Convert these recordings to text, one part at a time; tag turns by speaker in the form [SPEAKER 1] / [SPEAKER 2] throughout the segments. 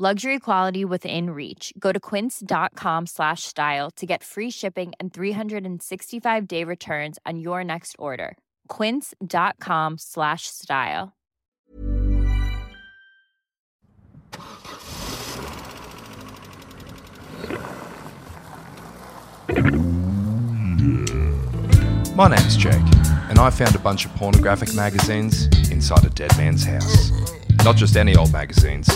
[SPEAKER 1] Luxury quality within reach. Go to quince.com slash style to get free shipping and 365 day returns on your next order. Quince.com slash style.
[SPEAKER 2] My name's Jake, and I found a bunch of pornographic magazines inside a dead man's house. Not just any old magazines,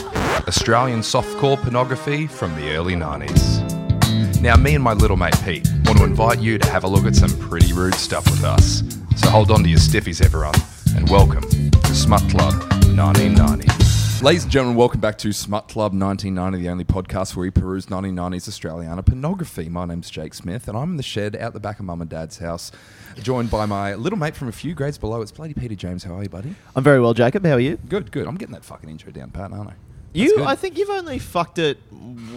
[SPEAKER 2] Australian softcore pornography from the early 90s. Now, me and my little mate Pete want to invite you to have a look at some pretty rude stuff with us. So hold on to your stiffies, everyone, and welcome to Smut Club 1990.
[SPEAKER 3] Ladies and gentlemen, welcome back to Smut Club 1990, the only podcast where we peruse 1990s Australiana pornography. My name's Jake Smith, and I'm in the shed out the back of mum and dad's house, joined by my little mate from a few grades below. It's bloody Peter James. How are you, buddy?
[SPEAKER 4] I'm very well, Jacob. How are you?
[SPEAKER 3] Good, good. I'm getting that fucking intro down, Pat, aren't I? That's
[SPEAKER 4] You,
[SPEAKER 3] good.
[SPEAKER 4] I think you've only fucked it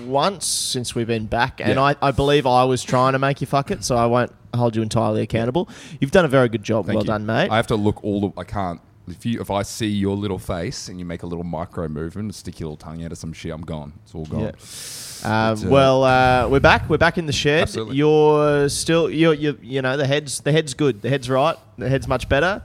[SPEAKER 4] once since we've been back, and
[SPEAKER 3] Yeah.
[SPEAKER 4] I, I believe I was trying to make you fuck it, so I won't hold you entirely accountable. You've done a very good job.
[SPEAKER 3] Thank
[SPEAKER 4] well
[SPEAKER 3] you.
[SPEAKER 4] done, mate.
[SPEAKER 3] I have to look all the. I can't. If you, if I see your little face and you make a little micro movement, stick your little tongue out of some shit, I'm gone. It's all gone.
[SPEAKER 4] Yeah. Um,
[SPEAKER 3] But, uh,
[SPEAKER 4] well, uh, we're back. We're back in the shed.
[SPEAKER 3] Absolutely.
[SPEAKER 4] You're still, you're, you you know, the head's the head's good. The head's right. The head's much better.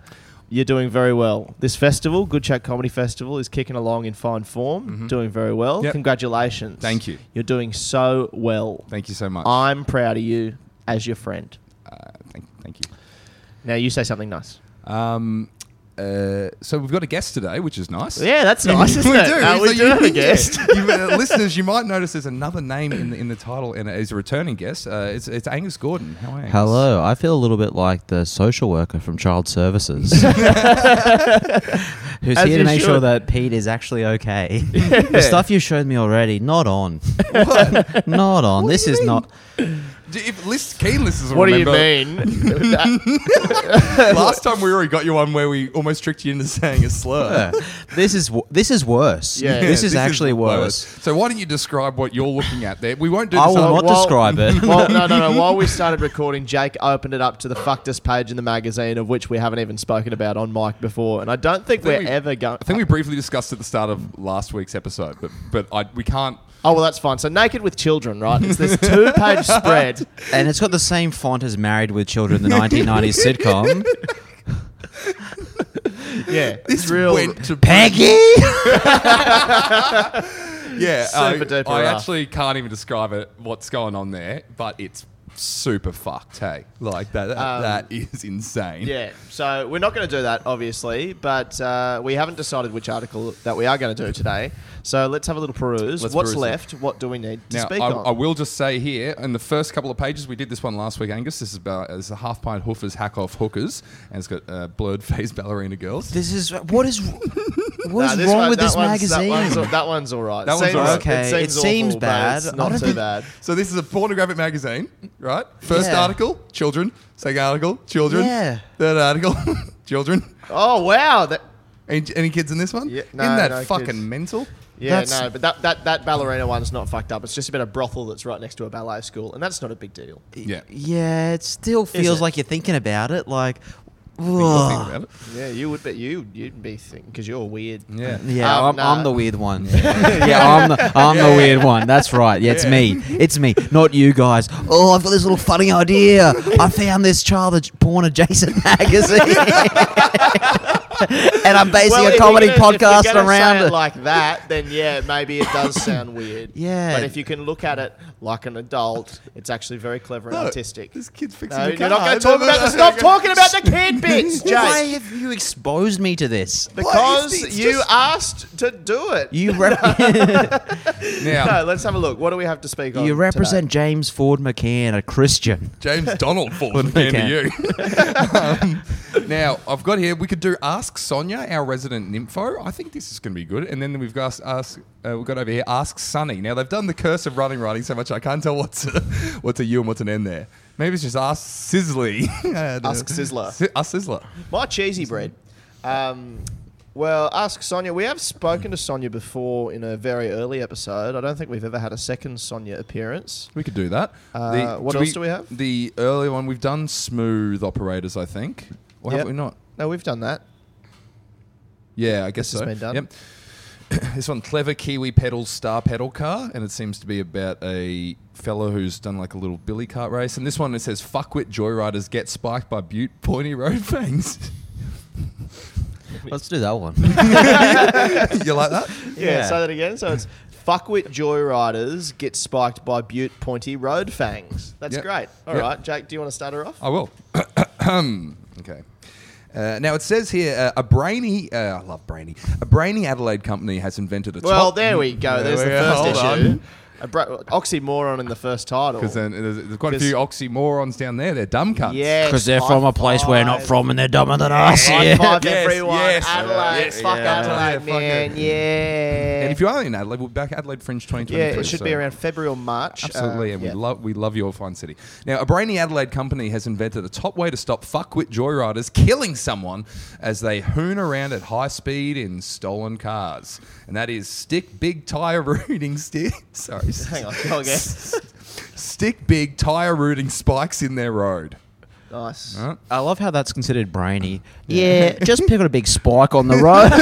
[SPEAKER 4] You're doing very well. This festival, Good Chat Comedy Festival, is kicking along in fine form. Doing very well.
[SPEAKER 3] Mm-hmm. Yep.
[SPEAKER 4] Congratulations.
[SPEAKER 3] Thank you.
[SPEAKER 4] You're doing so well.
[SPEAKER 3] Thank you so much.
[SPEAKER 4] I'm proud of you as your friend.
[SPEAKER 3] uh, thank, thank you.
[SPEAKER 4] Now you say something nice.
[SPEAKER 3] Um, uh, so we've got a guest today, which is nice.
[SPEAKER 4] Yeah, that's nice, isn't
[SPEAKER 3] we
[SPEAKER 4] it?
[SPEAKER 3] do.
[SPEAKER 4] Uh, we
[SPEAKER 3] So
[SPEAKER 4] do
[SPEAKER 3] you-
[SPEAKER 4] have a guest.
[SPEAKER 3] you, uh, listeners, you might notice there's another name in the, in the title, and he's a returning guest. Uh, it's, it's Angus Gordon. How are you? Angus?
[SPEAKER 5] Hello, I feel a little bit like the social worker from Child Services, who's
[SPEAKER 4] As you
[SPEAKER 5] here to make
[SPEAKER 4] should.
[SPEAKER 5] sure that Pete is actually okay. the stuff you showed me already, not on, not on.
[SPEAKER 3] What do
[SPEAKER 5] this
[SPEAKER 3] you
[SPEAKER 5] is
[SPEAKER 3] mean?
[SPEAKER 5] not.
[SPEAKER 3] D- If list, keen listeners will
[SPEAKER 4] What do you
[SPEAKER 3] remember,
[SPEAKER 4] mean?
[SPEAKER 3] Last time we already got you one where we almost tricked you into saying a slur.
[SPEAKER 5] This is w- this is worse.
[SPEAKER 4] Yeah.
[SPEAKER 5] this is actually worse.
[SPEAKER 3] So why don't you describe what you're looking at there? We won't do
[SPEAKER 5] I
[SPEAKER 3] this.
[SPEAKER 5] will
[SPEAKER 3] on-
[SPEAKER 5] not describe it.
[SPEAKER 4] Well, no, no, no. While we started recording, Jake opened it up to the fucked us page in the magazine, of which we haven't even spoken about on mic before, and I don't think,
[SPEAKER 3] think
[SPEAKER 4] we're
[SPEAKER 3] we-
[SPEAKER 4] ever going.
[SPEAKER 3] I think we briefly discussed at the start of last week's episode, but but I, we can't.
[SPEAKER 4] Oh well, that's fine. So naked with children, right? It's this two-page spread.
[SPEAKER 5] And it's got the same font as Married with Children, the 1990s sitcom.
[SPEAKER 4] Yeah, it's real.
[SPEAKER 3] went to
[SPEAKER 5] Peggy.
[SPEAKER 3] Yeah, I,
[SPEAKER 4] Super duper
[SPEAKER 3] I
[SPEAKER 4] rough.
[SPEAKER 3] actually can't even describe it. What's going on there? But it's super fucked. Hey, like that. That,
[SPEAKER 4] Um,
[SPEAKER 3] that is insane.
[SPEAKER 4] Yeah, so we're not going to do that, obviously, but uh, we haven't decided which article that we are going to do today. So let's have a little peruse.
[SPEAKER 3] Let's
[SPEAKER 4] What's
[SPEAKER 3] peruse it.
[SPEAKER 4] left? What do we need to
[SPEAKER 3] Now,
[SPEAKER 4] speak
[SPEAKER 3] I,
[SPEAKER 4] on?
[SPEAKER 3] I will just say here, in the first couple of pages, we did this one last week, Angus. This is about this is a half pint hoofers hack off hookers, and it's got uh, blurred faced ballerina girls.
[SPEAKER 5] This is what is
[SPEAKER 4] Nah,
[SPEAKER 5] what is
[SPEAKER 4] one-
[SPEAKER 5] wrong with
[SPEAKER 4] that
[SPEAKER 5] this
[SPEAKER 4] one's-
[SPEAKER 5] magazine?
[SPEAKER 4] That one's, that one's all right.
[SPEAKER 3] That one's all right.
[SPEAKER 5] Okay, it
[SPEAKER 4] awful,
[SPEAKER 5] seems
[SPEAKER 4] but
[SPEAKER 5] bad.
[SPEAKER 4] It's
[SPEAKER 5] I
[SPEAKER 4] not
[SPEAKER 5] don't
[SPEAKER 4] too
[SPEAKER 5] think-
[SPEAKER 4] bad.
[SPEAKER 3] So this is a pornographic magazine, right? First
[SPEAKER 5] Yeah.
[SPEAKER 3] article, children. Second article, children.
[SPEAKER 5] Yeah.
[SPEAKER 3] Third article, children.
[SPEAKER 4] Oh wow! That,
[SPEAKER 3] Any, any kids in this one?
[SPEAKER 4] Yeah, no,
[SPEAKER 3] Isn't that
[SPEAKER 4] no
[SPEAKER 3] fucking
[SPEAKER 4] kids.
[SPEAKER 3] mental?
[SPEAKER 4] yeah,
[SPEAKER 5] That's-
[SPEAKER 4] no, but that, that that ballerina one's not fucked up. It's just about a brothel that's right next to a ballet school, and that's not a big deal.
[SPEAKER 3] Yeah.
[SPEAKER 5] Yeah, it still feels
[SPEAKER 4] it?
[SPEAKER 5] like you're thinking about it. Like,
[SPEAKER 3] You'll
[SPEAKER 5] ugh.
[SPEAKER 3] think about it.
[SPEAKER 4] Yeah, you would, but you you'd be thinking because you're weird.
[SPEAKER 3] Yeah.
[SPEAKER 5] yeah,
[SPEAKER 4] Um,
[SPEAKER 5] I'm,
[SPEAKER 4] nah.
[SPEAKER 5] I'm the weird one. Yeah, I'm the I'm the weird one. That's right. Yeah, it's me. It's me, not you guys. Oh, I've got this little funny idea. I found this child ad- porn adjacent magazine, and I'm basing
[SPEAKER 4] Well, if
[SPEAKER 5] a
[SPEAKER 4] you're
[SPEAKER 5] comedy
[SPEAKER 4] gonna- if you're gonna
[SPEAKER 5] podcast
[SPEAKER 4] say
[SPEAKER 5] around
[SPEAKER 4] it
[SPEAKER 5] it.
[SPEAKER 4] like that, then yeah, maybe it does sound weird.
[SPEAKER 5] Yeah.
[SPEAKER 4] but if you can look at it like an adult, it's actually very clever and artistic.
[SPEAKER 3] This kid's fixing
[SPEAKER 4] No,
[SPEAKER 3] the
[SPEAKER 4] you're
[SPEAKER 3] car.
[SPEAKER 4] not going to talk about the Stop talking about the kid bits,
[SPEAKER 5] Why
[SPEAKER 4] Jake.
[SPEAKER 5] have you exposed me to this?
[SPEAKER 3] Why is
[SPEAKER 4] Because
[SPEAKER 3] this
[SPEAKER 4] you
[SPEAKER 3] just-
[SPEAKER 4] asked to do it.
[SPEAKER 5] You rep-
[SPEAKER 3] Now,
[SPEAKER 4] no, let's have a look. What do we have to speak on?
[SPEAKER 5] you represent
[SPEAKER 4] today?
[SPEAKER 5] James Ford McCann, a Christian.
[SPEAKER 3] James Donald falls
[SPEAKER 5] Wouldn't
[SPEAKER 3] again to
[SPEAKER 5] make
[SPEAKER 3] you. um, now, I've got here, we could do Ask Sonia, our resident nympho. I think this is going to be good. And then we've got, ask, uh, we've got over uh, here Ask Sunny. Now, they've done the curse of running, running so much I can't tell what's a, what's a U and what's an N there. Maybe it's just Ask Sizzly. Uh,
[SPEAKER 4] Ask Sizzler.
[SPEAKER 3] Si- ask Sizzler.
[SPEAKER 4] My cheesy bread. Um, well, ask Sonia. We have spoken to Sonia before in a very early episode. I don't think we've ever had a second Sonia appearance.
[SPEAKER 3] We could do that.
[SPEAKER 4] Uh, what else do we have?
[SPEAKER 3] The earlier one we've done smooth operators, I think. Or
[SPEAKER 4] Yep.
[SPEAKER 3] have we not?
[SPEAKER 4] No, we've done that.
[SPEAKER 3] Yeah, I guess
[SPEAKER 4] This has
[SPEAKER 3] so.
[SPEAKER 4] been done.
[SPEAKER 3] Yep. this one, clever Kiwi pedals star pedal car, and it seems to be about a fellow who's done like a little billy cart race. And this one it says, "Fuckwit joyriders get spiked by Butte pointy road fangs."
[SPEAKER 5] Let's do that one.
[SPEAKER 3] you like that?
[SPEAKER 4] Yeah,
[SPEAKER 5] Yeah.
[SPEAKER 4] say that again. So it's fuckwit joyriders get spiked by Butte pointy road fangs. That's
[SPEAKER 3] Yep.
[SPEAKER 4] great. All right,
[SPEAKER 3] Yep.
[SPEAKER 4] Jake, do you want to start her off?
[SPEAKER 3] I will. okay. Uh, now it says here uh, a brainy. Uh, I love brainy. A brainy Adelaide company has invented a.
[SPEAKER 4] well,
[SPEAKER 3] top-
[SPEAKER 4] there we go. There's
[SPEAKER 3] we go.
[SPEAKER 4] the first
[SPEAKER 3] Hold
[SPEAKER 4] issue.
[SPEAKER 3] on.
[SPEAKER 4] A bra- oxymoron in the first title.
[SPEAKER 3] Because then there's, there's quite a
[SPEAKER 4] 'Cause-
[SPEAKER 3] few oxymorons down there. They're dumb cunts.
[SPEAKER 4] Yes,
[SPEAKER 5] Because they're
[SPEAKER 4] high
[SPEAKER 5] from a place we're not
[SPEAKER 4] five.
[SPEAKER 5] from and they're dumber than us.
[SPEAKER 4] High
[SPEAKER 5] Yeah.
[SPEAKER 4] five
[SPEAKER 3] Yes,
[SPEAKER 4] everyone.
[SPEAKER 3] yes.
[SPEAKER 4] Adelaide.
[SPEAKER 3] Yes,
[SPEAKER 4] fuck
[SPEAKER 3] yeah. Yeah,
[SPEAKER 4] Adelaide,
[SPEAKER 3] fuck it.
[SPEAKER 4] man. Yeah.
[SPEAKER 3] And if you are in Adelaide, we'll be back at Adelaide Fringe 2023.
[SPEAKER 4] yeah, it should
[SPEAKER 3] so-
[SPEAKER 4] be around February or March.
[SPEAKER 3] Absolutely,
[SPEAKER 4] Uh,
[SPEAKER 3] and
[SPEAKER 4] yeah.
[SPEAKER 3] we love we love your fine city. Now, a brainy Adelaide company has invented a top way to stop fuckwit joyriders killing someone as they hoon around at high speed in stolen cars, and that is stick big tire rooting stick. Sorry,
[SPEAKER 4] Hang on. Go again.
[SPEAKER 3] stick big tire rooting spikes in their road.
[SPEAKER 4] nice.
[SPEAKER 3] All right.
[SPEAKER 5] I love how that's considered brainy. Yeah, just put a big spike on the road.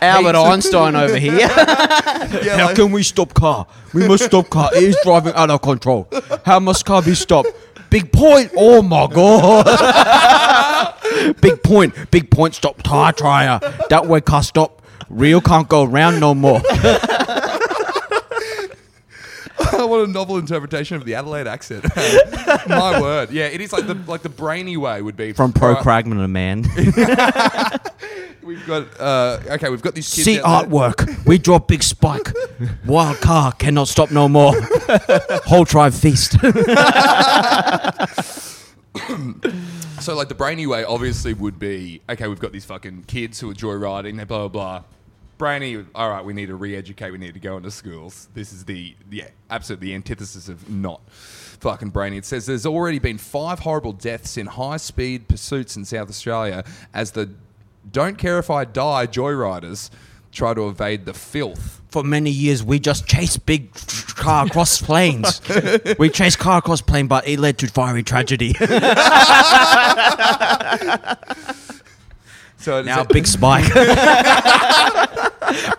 [SPEAKER 5] Albert Einstein over here. how can we stop car? We must stop car. It is driving out of control. How must car be stopped? Big point. Oh my god. big point. Big point. Stop tire tryer. That way car stop. Real can't go round no more.
[SPEAKER 3] what a novel interpretation of the Adelaide accent. My word, yeah, it is like the like the brainy way would be
[SPEAKER 5] From Pro
[SPEAKER 3] All right,
[SPEAKER 5] Cragman and man.
[SPEAKER 3] We've got uh, okay, we've got these kids
[SPEAKER 5] See
[SPEAKER 3] out there.
[SPEAKER 5] artwork. We draw big spike. Wild car cannot stop no more. Whole tribe feast.
[SPEAKER 3] So like the brainy way obviously would be okay. We've got these fucking kids who are joyriding. They blah blah blah. Brainy, all right. We need to re-educate. We need to go into schools. This is the yeah, absolutely the antithesis of not fucking brainy. It says there's already been five horrible deaths in high-speed pursuits in South Australia as the don't care if I die joyriders try to evade the filth.
[SPEAKER 5] For many years, we just chased big car across plains. we chased car across plain, but it led to fiery tragedy.
[SPEAKER 3] So
[SPEAKER 5] now,
[SPEAKER 3] it's,
[SPEAKER 5] big spike.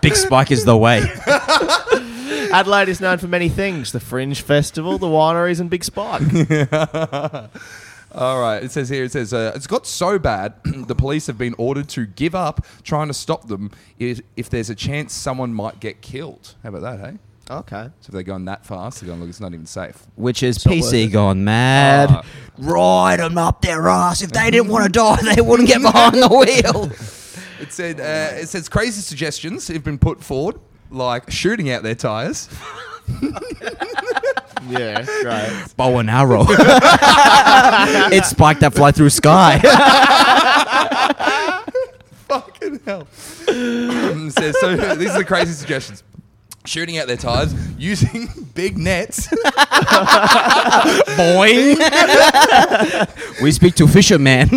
[SPEAKER 5] big spike is the way.
[SPEAKER 4] Adelaide is known for many things the Fringe Festival, the wineries, and Big Spike.
[SPEAKER 3] All right. It says here. It says uh, it's got so bad the police have been ordered to give up trying to stop them if, if there's a chance someone might get killed. How about that, hey?
[SPEAKER 4] okay.
[SPEAKER 3] So if they're going that fast, they're going look. It's not even safe.
[SPEAKER 5] Which is
[SPEAKER 4] not worth
[SPEAKER 5] PC
[SPEAKER 4] it.
[SPEAKER 5] gone mad.
[SPEAKER 3] Ah.
[SPEAKER 5] Ride 'em up their ass. If they didn't want to die, they wouldn't get behind the wheel.
[SPEAKER 3] It said. Uh, it says crazy suggestions have been put forward, like shooting out their tires.
[SPEAKER 4] Yeah, great.
[SPEAKER 5] Bow and arrow. it spiked that fly through sky.
[SPEAKER 3] Fucking hell. Um, says, so these are the crazy suggestions. Shooting out their tires using big nets.
[SPEAKER 5] Boy. we speak to fishermen.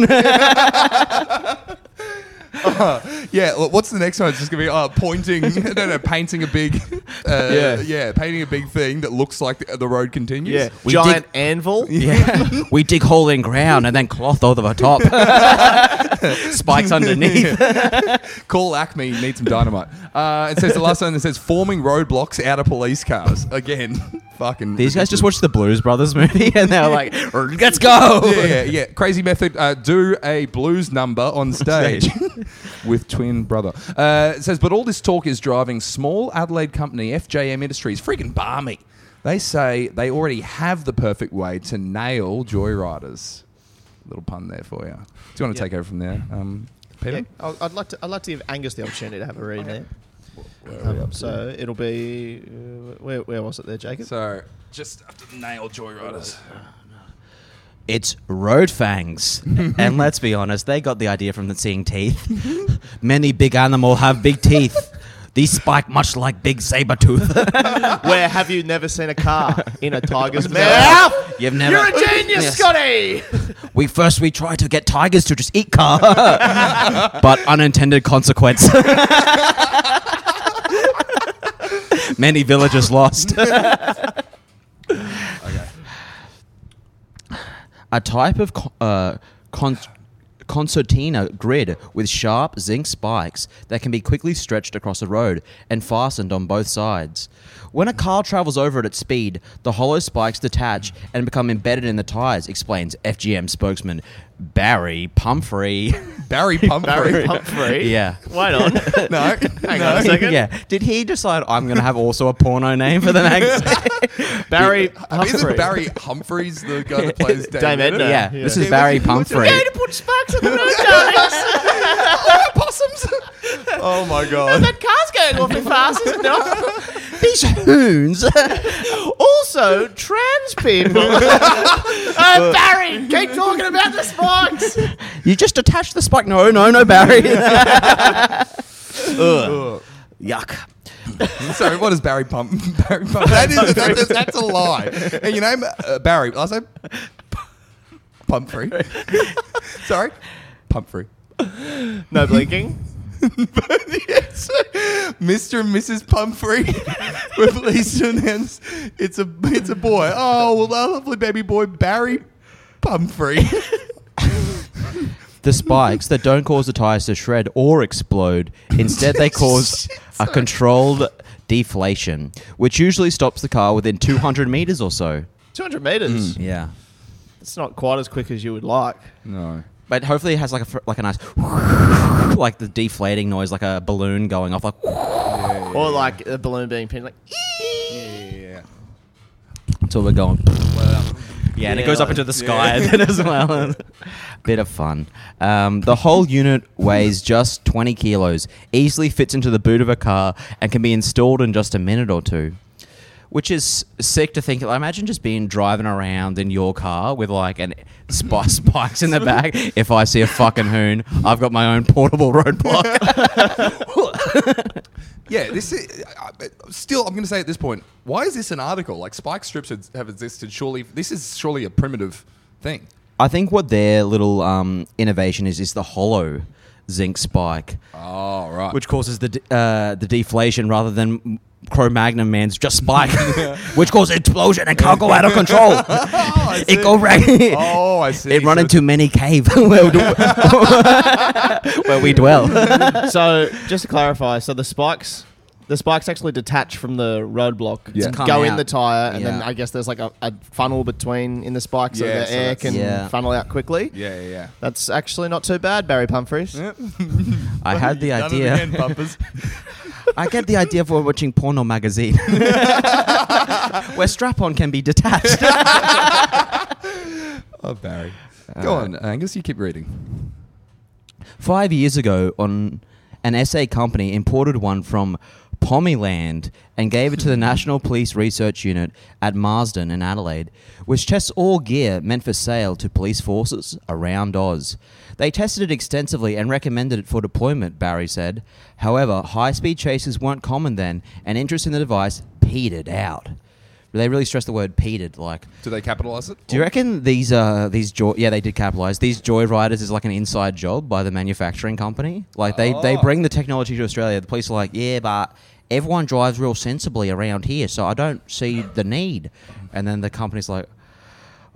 [SPEAKER 3] Yeah, well, what's the next one? It's just gonna be uh, pointing, no, no, painting a big, uh, yeah,
[SPEAKER 4] Yeah.
[SPEAKER 3] painting a big thing that looks like the, the road continues.
[SPEAKER 4] Yeah.
[SPEAKER 5] We
[SPEAKER 4] Giant anvil.
[SPEAKER 5] Yeah. we dig hole in ground and then cloth over the top. Spikes underneath.
[SPEAKER 3] Call Acme, need some dynamite. Uh, it says the last one that says forming roadblocks out of police cars. Again, fucking.
[SPEAKER 5] These guys just watched the Blues Brothers movie and they're like, let's go.
[SPEAKER 3] Yeah, yeah, yeah. Crazy method. Uh, do a blues number on stage with twin brother. Uh, it says, but all this talk is driving small Adelaide company FJM Industries freaking barmy. They say they already have the perfect way to nail joyriders. Little pun there for you. Do you want to
[SPEAKER 4] Yeah.
[SPEAKER 3] take over from there, um, Peter?
[SPEAKER 4] Yeah, I'll- I'd like to. I'd like to give Angus the opportunity to have a read there. Um, so it'll be uh, where, where was it there, Jacob?
[SPEAKER 3] So just have to nail joyriders.
[SPEAKER 5] It's road fangs. and let's be honest, they got the idea from the seeing teeth. Many big animal have big teeth. These spike much like big saber tooth.
[SPEAKER 4] Where have you never seen a car in a tiger's mouth?
[SPEAKER 5] You've never.
[SPEAKER 4] You're a genius,
[SPEAKER 5] Yes.
[SPEAKER 4] Scotty.
[SPEAKER 5] We first we try to get tigers to just eat car, but unintended consequence. Many villages lost. A type of co- uh, con- concertina grid with sharp zinc spikes that can be quickly stretched across a road and fastened on both sides. When a car travels over it at speed, the hollow spikes detach and become embedded in the tires, explains FGM spokesman Barry Pumphrey.
[SPEAKER 3] Barry Pumphrey.
[SPEAKER 4] Barry Humphrey.
[SPEAKER 5] yeah.
[SPEAKER 4] Wait on.
[SPEAKER 3] no.
[SPEAKER 4] Hang on a second.
[SPEAKER 5] Yeah. Did he decide I'm going to have also a porno name for the magazine?
[SPEAKER 4] Barry Humphrey.
[SPEAKER 3] Isn't Barry Humphreys the guy that plays Dame,
[SPEAKER 4] Dame Edna.
[SPEAKER 5] yeah,
[SPEAKER 4] Yeah.
[SPEAKER 5] This is Barry Pumphrey.
[SPEAKER 4] put sparks on the road, darling.
[SPEAKER 3] Possums. oh my god.
[SPEAKER 4] car's going awfully fast, is
[SPEAKER 5] These hoons.
[SPEAKER 4] Also, trans people. uh, Barry, keep talking about the spikes.
[SPEAKER 5] You just attach the spike. No, no, no, Barry. Ugh. Yuck.
[SPEAKER 3] Sorry, what is Barry Pump? Barry Pump. That is, that is, that's a lie. And your name uh, Barry. Last name Pumphrey. Sorry, Pumphrey.
[SPEAKER 4] No blinking.
[SPEAKER 3] yes, Mr. and Mrs. Pumphrey. We're pleased to announce it's a it's a boy. Oh, well, our lovely baby boy Barry Pumphrey.
[SPEAKER 5] The spikes that don't cause the tires to shred or explode. Instead, they cause a controlled deflation, which usually stops the car within 200 meters or so.
[SPEAKER 4] 200 meters.
[SPEAKER 3] Mm.
[SPEAKER 5] Yeah.
[SPEAKER 4] It's not quite as quick as you would like.
[SPEAKER 3] No.
[SPEAKER 5] But hopefully, it has like a fr- like a nice like the deflating noise, like a balloon going off. Like
[SPEAKER 4] Or like a balloon being pinned, like,
[SPEAKER 3] Yeah.
[SPEAKER 5] until we're going. Yeah, and it
[SPEAKER 4] Yeah,
[SPEAKER 5] goes up
[SPEAKER 4] like-
[SPEAKER 5] into the sky then as well. Bit of fun. Um, the whole unit weighs just 20 kilos, easily fits into the boot of a car, and can be installed in just a minute or two. Which is sick to think. I imagine just being driving around in your car with like an spy spikes in the back. If I see a fucking hoon, I've got my own portable roadblock.
[SPEAKER 3] Yeah, this is I- I- still. I'm going to say at this point, why is this an article? Like spike strips had- have existed. Surely this is surely a primitive thing.
[SPEAKER 5] I think what their little um, innovation is is the hollow zinc spike.
[SPEAKER 3] Oh right.
[SPEAKER 5] which causes the de- uh, the deflation rather than Cro-Magnon man's just spike, which causes explosion and can't go out of control.
[SPEAKER 3] Oh, I see.
[SPEAKER 5] it go ra-
[SPEAKER 3] Oh, I see.
[SPEAKER 5] It run
[SPEAKER 3] So
[SPEAKER 5] into many cave where, we d- where we dwell.
[SPEAKER 4] so just to clarify, so the spikes, the spikes actually detach from the roadblock,
[SPEAKER 3] Yeah.
[SPEAKER 4] to
[SPEAKER 5] Come
[SPEAKER 4] go
[SPEAKER 5] out.
[SPEAKER 4] in the tire, and then
[SPEAKER 5] Yeah.
[SPEAKER 4] I guess there's like a, a funnel between in the spikes, so
[SPEAKER 3] Yeah,
[SPEAKER 4] the
[SPEAKER 3] so
[SPEAKER 4] air
[SPEAKER 3] that's-
[SPEAKER 4] can
[SPEAKER 5] Yeah.
[SPEAKER 4] funnel out quickly.
[SPEAKER 3] Yeah, yeah,
[SPEAKER 4] That's actually not too bad, Barry Pumphreys.
[SPEAKER 3] yeah.
[SPEAKER 5] I had the
[SPEAKER 3] Done it again,
[SPEAKER 5] idea.
[SPEAKER 3] bumpers.
[SPEAKER 5] I get the idea for watching porno magazine, where strap-on can be detached.
[SPEAKER 3] oh, Barry.
[SPEAKER 5] Uh,
[SPEAKER 3] Go on, Angus. You keep reading.
[SPEAKER 5] Five years ago, on an SA company imported one from Pomeland and gave it to the National Police Research Unit at Marsden in Adelaide, which tests all gear meant for sale to police forces around Oz. They tested it extensively and recommended it for deployment, Barry said. However, high speed chases weren't common then, and interest in the device petered out. They really stressed the word petered, like
[SPEAKER 3] Do they capitalize it?
[SPEAKER 5] do you reckon these uh these joy yeah they did capitalize these joy riders is like an inside job by the manufacturing company like they they
[SPEAKER 3] Oh.
[SPEAKER 5] bring the technology to Australia the police are like yeah but everyone drives real sensibly around here so I don't see the need and then the company's like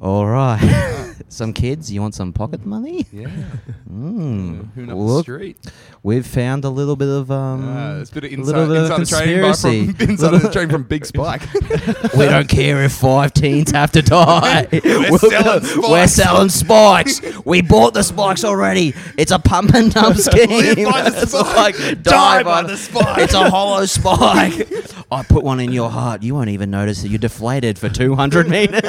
[SPEAKER 5] all right some kids you want some pocket money
[SPEAKER 3] Yeah.
[SPEAKER 5] Mm.
[SPEAKER 3] Who knows the
[SPEAKER 5] Look,
[SPEAKER 3] street?
[SPEAKER 5] we've found a little bit of um
[SPEAKER 3] Uh, it's a bit of
[SPEAKER 5] little
[SPEAKER 3] inside,
[SPEAKER 5] bit
[SPEAKER 3] inside trading
[SPEAKER 5] of
[SPEAKER 3] by
[SPEAKER 5] conspiracy.
[SPEAKER 3] from inside the trading from Big Spike.
[SPEAKER 5] we don't care if five teens have to die.
[SPEAKER 3] We're selling spikes.
[SPEAKER 5] We're selling spikes. We bought the spikes already. It's a pump and dump scheme.
[SPEAKER 3] by the
[SPEAKER 5] It's
[SPEAKER 3] spike.
[SPEAKER 5] like,
[SPEAKER 3] Die by the spike.
[SPEAKER 5] It's a hollow spike. I put one in your heart. You won't even notice that you deflated for 200 meters.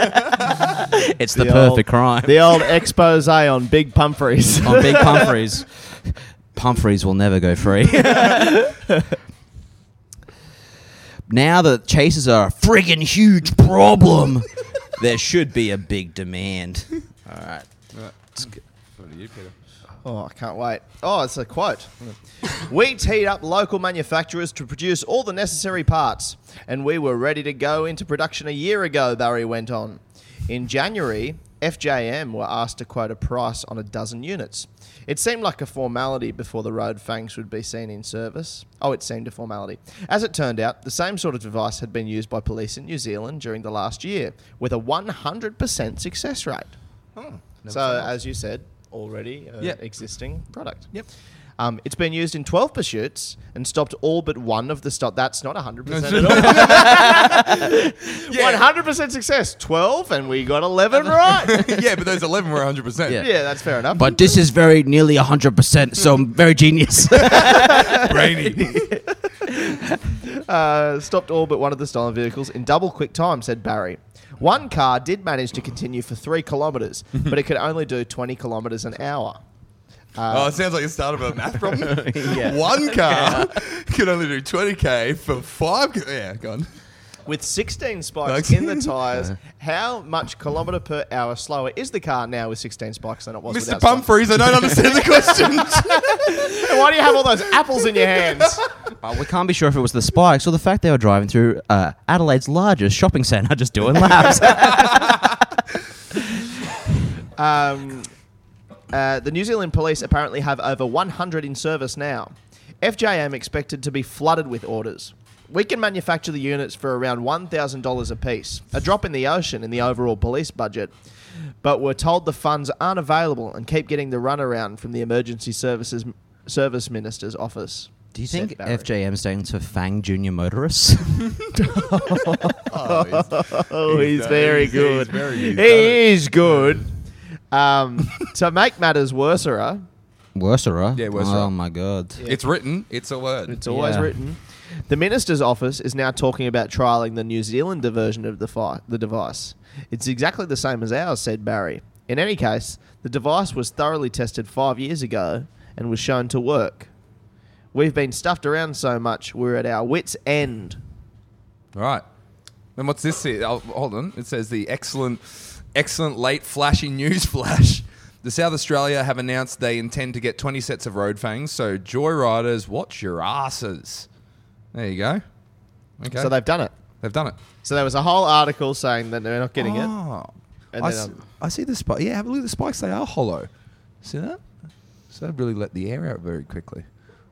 [SPEAKER 5] it's the,
[SPEAKER 4] The
[SPEAKER 5] perfect
[SPEAKER 4] old-
[SPEAKER 5] crime.
[SPEAKER 4] The old expose on Big Pumphreys.
[SPEAKER 5] on Big Pumphreys. Pumphreys will never go free. now that chases are a friggin' huge problem, there should be a big demand. All right. Let's g-
[SPEAKER 3] Over to you, Peter.
[SPEAKER 4] Oh, I can't wait. Oh, it's a quote. we teed up local manufacturers to produce all the necessary parts, and we were ready to go into production a year ago, Barry went on. In January, FJM were asked to quote a price on a dozen units. It seemed like a formality before the Road Fangs would be seen in service. Oh, it seemed a formality. As it turned out, the same sort of device had been used by police in New Zealand during the last year, with a 100% success rate. So, as you said, already an
[SPEAKER 3] Yeah.
[SPEAKER 4] existing product.
[SPEAKER 3] Yep.
[SPEAKER 4] Um, it's been used in 12 pursuits and stopped all but one of the stop. That's not 100% at all. 100% success. 12, and we got 11 right.
[SPEAKER 3] yeah, but those 11 were 100%.
[SPEAKER 5] Yeah.
[SPEAKER 4] yeah, that's fair enough.
[SPEAKER 5] But this is very nearly 100%, so I'm very genius.
[SPEAKER 3] Brainy.
[SPEAKER 4] uh, stopped all but one of the stolen vehicles in double quick time, said Barry. One car did manage to continue for three kilometres, but it could only do 20 kilometres an hour. Uh,
[SPEAKER 3] oh, it sounds like the start of a math problem. One car could only do 20K for five. ki- Yeah, gone.
[SPEAKER 4] With 16 spikes
[SPEAKER 3] Okay.
[SPEAKER 4] in the tyres, how much kilometre per hour slower is the car now with 16 spikes than it was
[SPEAKER 3] Mr.
[SPEAKER 4] without
[SPEAKER 3] Bumfries, I don't understand the question.
[SPEAKER 4] spikes? Why do you have all those apples in your hands?
[SPEAKER 5] Uh, we can't be sure if it was the spikes or the fact they were driving through uh, Adelaide's largest shopping centre just doing laps.
[SPEAKER 4] Um, uh, the New Zealand police apparently have over 100 in service now. FJM expected to be flooded with orders. We can manufacture the units for around $1,000 apiece, a drop in the ocean in the overall police budget. But we're told the funds aren't available and keep getting the runaround from the Emergency Services Service Minister's office.
[SPEAKER 5] Do you
[SPEAKER 4] said
[SPEAKER 5] think
[SPEAKER 4] Barry.
[SPEAKER 5] FJM stands for Fang Junior Motorists?
[SPEAKER 3] oh, he's-
[SPEAKER 4] Oh, he's,
[SPEAKER 3] done-
[SPEAKER 4] very
[SPEAKER 3] he's- he's
[SPEAKER 4] good.
[SPEAKER 3] very-
[SPEAKER 4] he
[SPEAKER 3] he's done it.
[SPEAKER 4] is good. Um, to make matters worser,
[SPEAKER 5] Worsera.
[SPEAKER 3] Yeah, Worsera.
[SPEAKER 5] Oh my god.
[SPEAKER 3] it's written, it's a word.
[SPEAKER 4] It's always
[SPEAKER 5] Yeah.
[SPEAKER 4] written. The minister's office is now talking about trialing the New Zealander version of the, fi- the device. It's exactly the same as ours, said Barry. In any case, the device was thoroughly tested five years ago and was shown to work. We've been stuffed around so much, we're at our wits' end.
[SPEAKER 3] All right. Then what's this here? Oh, hold on. It says the excellent, excellent late flashy news flash. The South Australia have announced they intend to get 20 sets of road fangs. So, joyriders, watch your asses. There you go. Okay.
[SPEAKER 4] So they've done it.
[SPEAKER 3] they've done it.
[SPEAKER 4] So there was a whole article saying that they're not getting it.
[SPEAKER 3] oh.
[SPEAKER 4] And
[SPEAKER 3] I,
[SPEAKER 4] then,
[SPEAKER 3] s-
[SPEAKER 4] um,
[SPEAKER 3] I see the spike. Yeah, have a look at the spikes. They are hollow. See that? So, they really let the air out very quickly.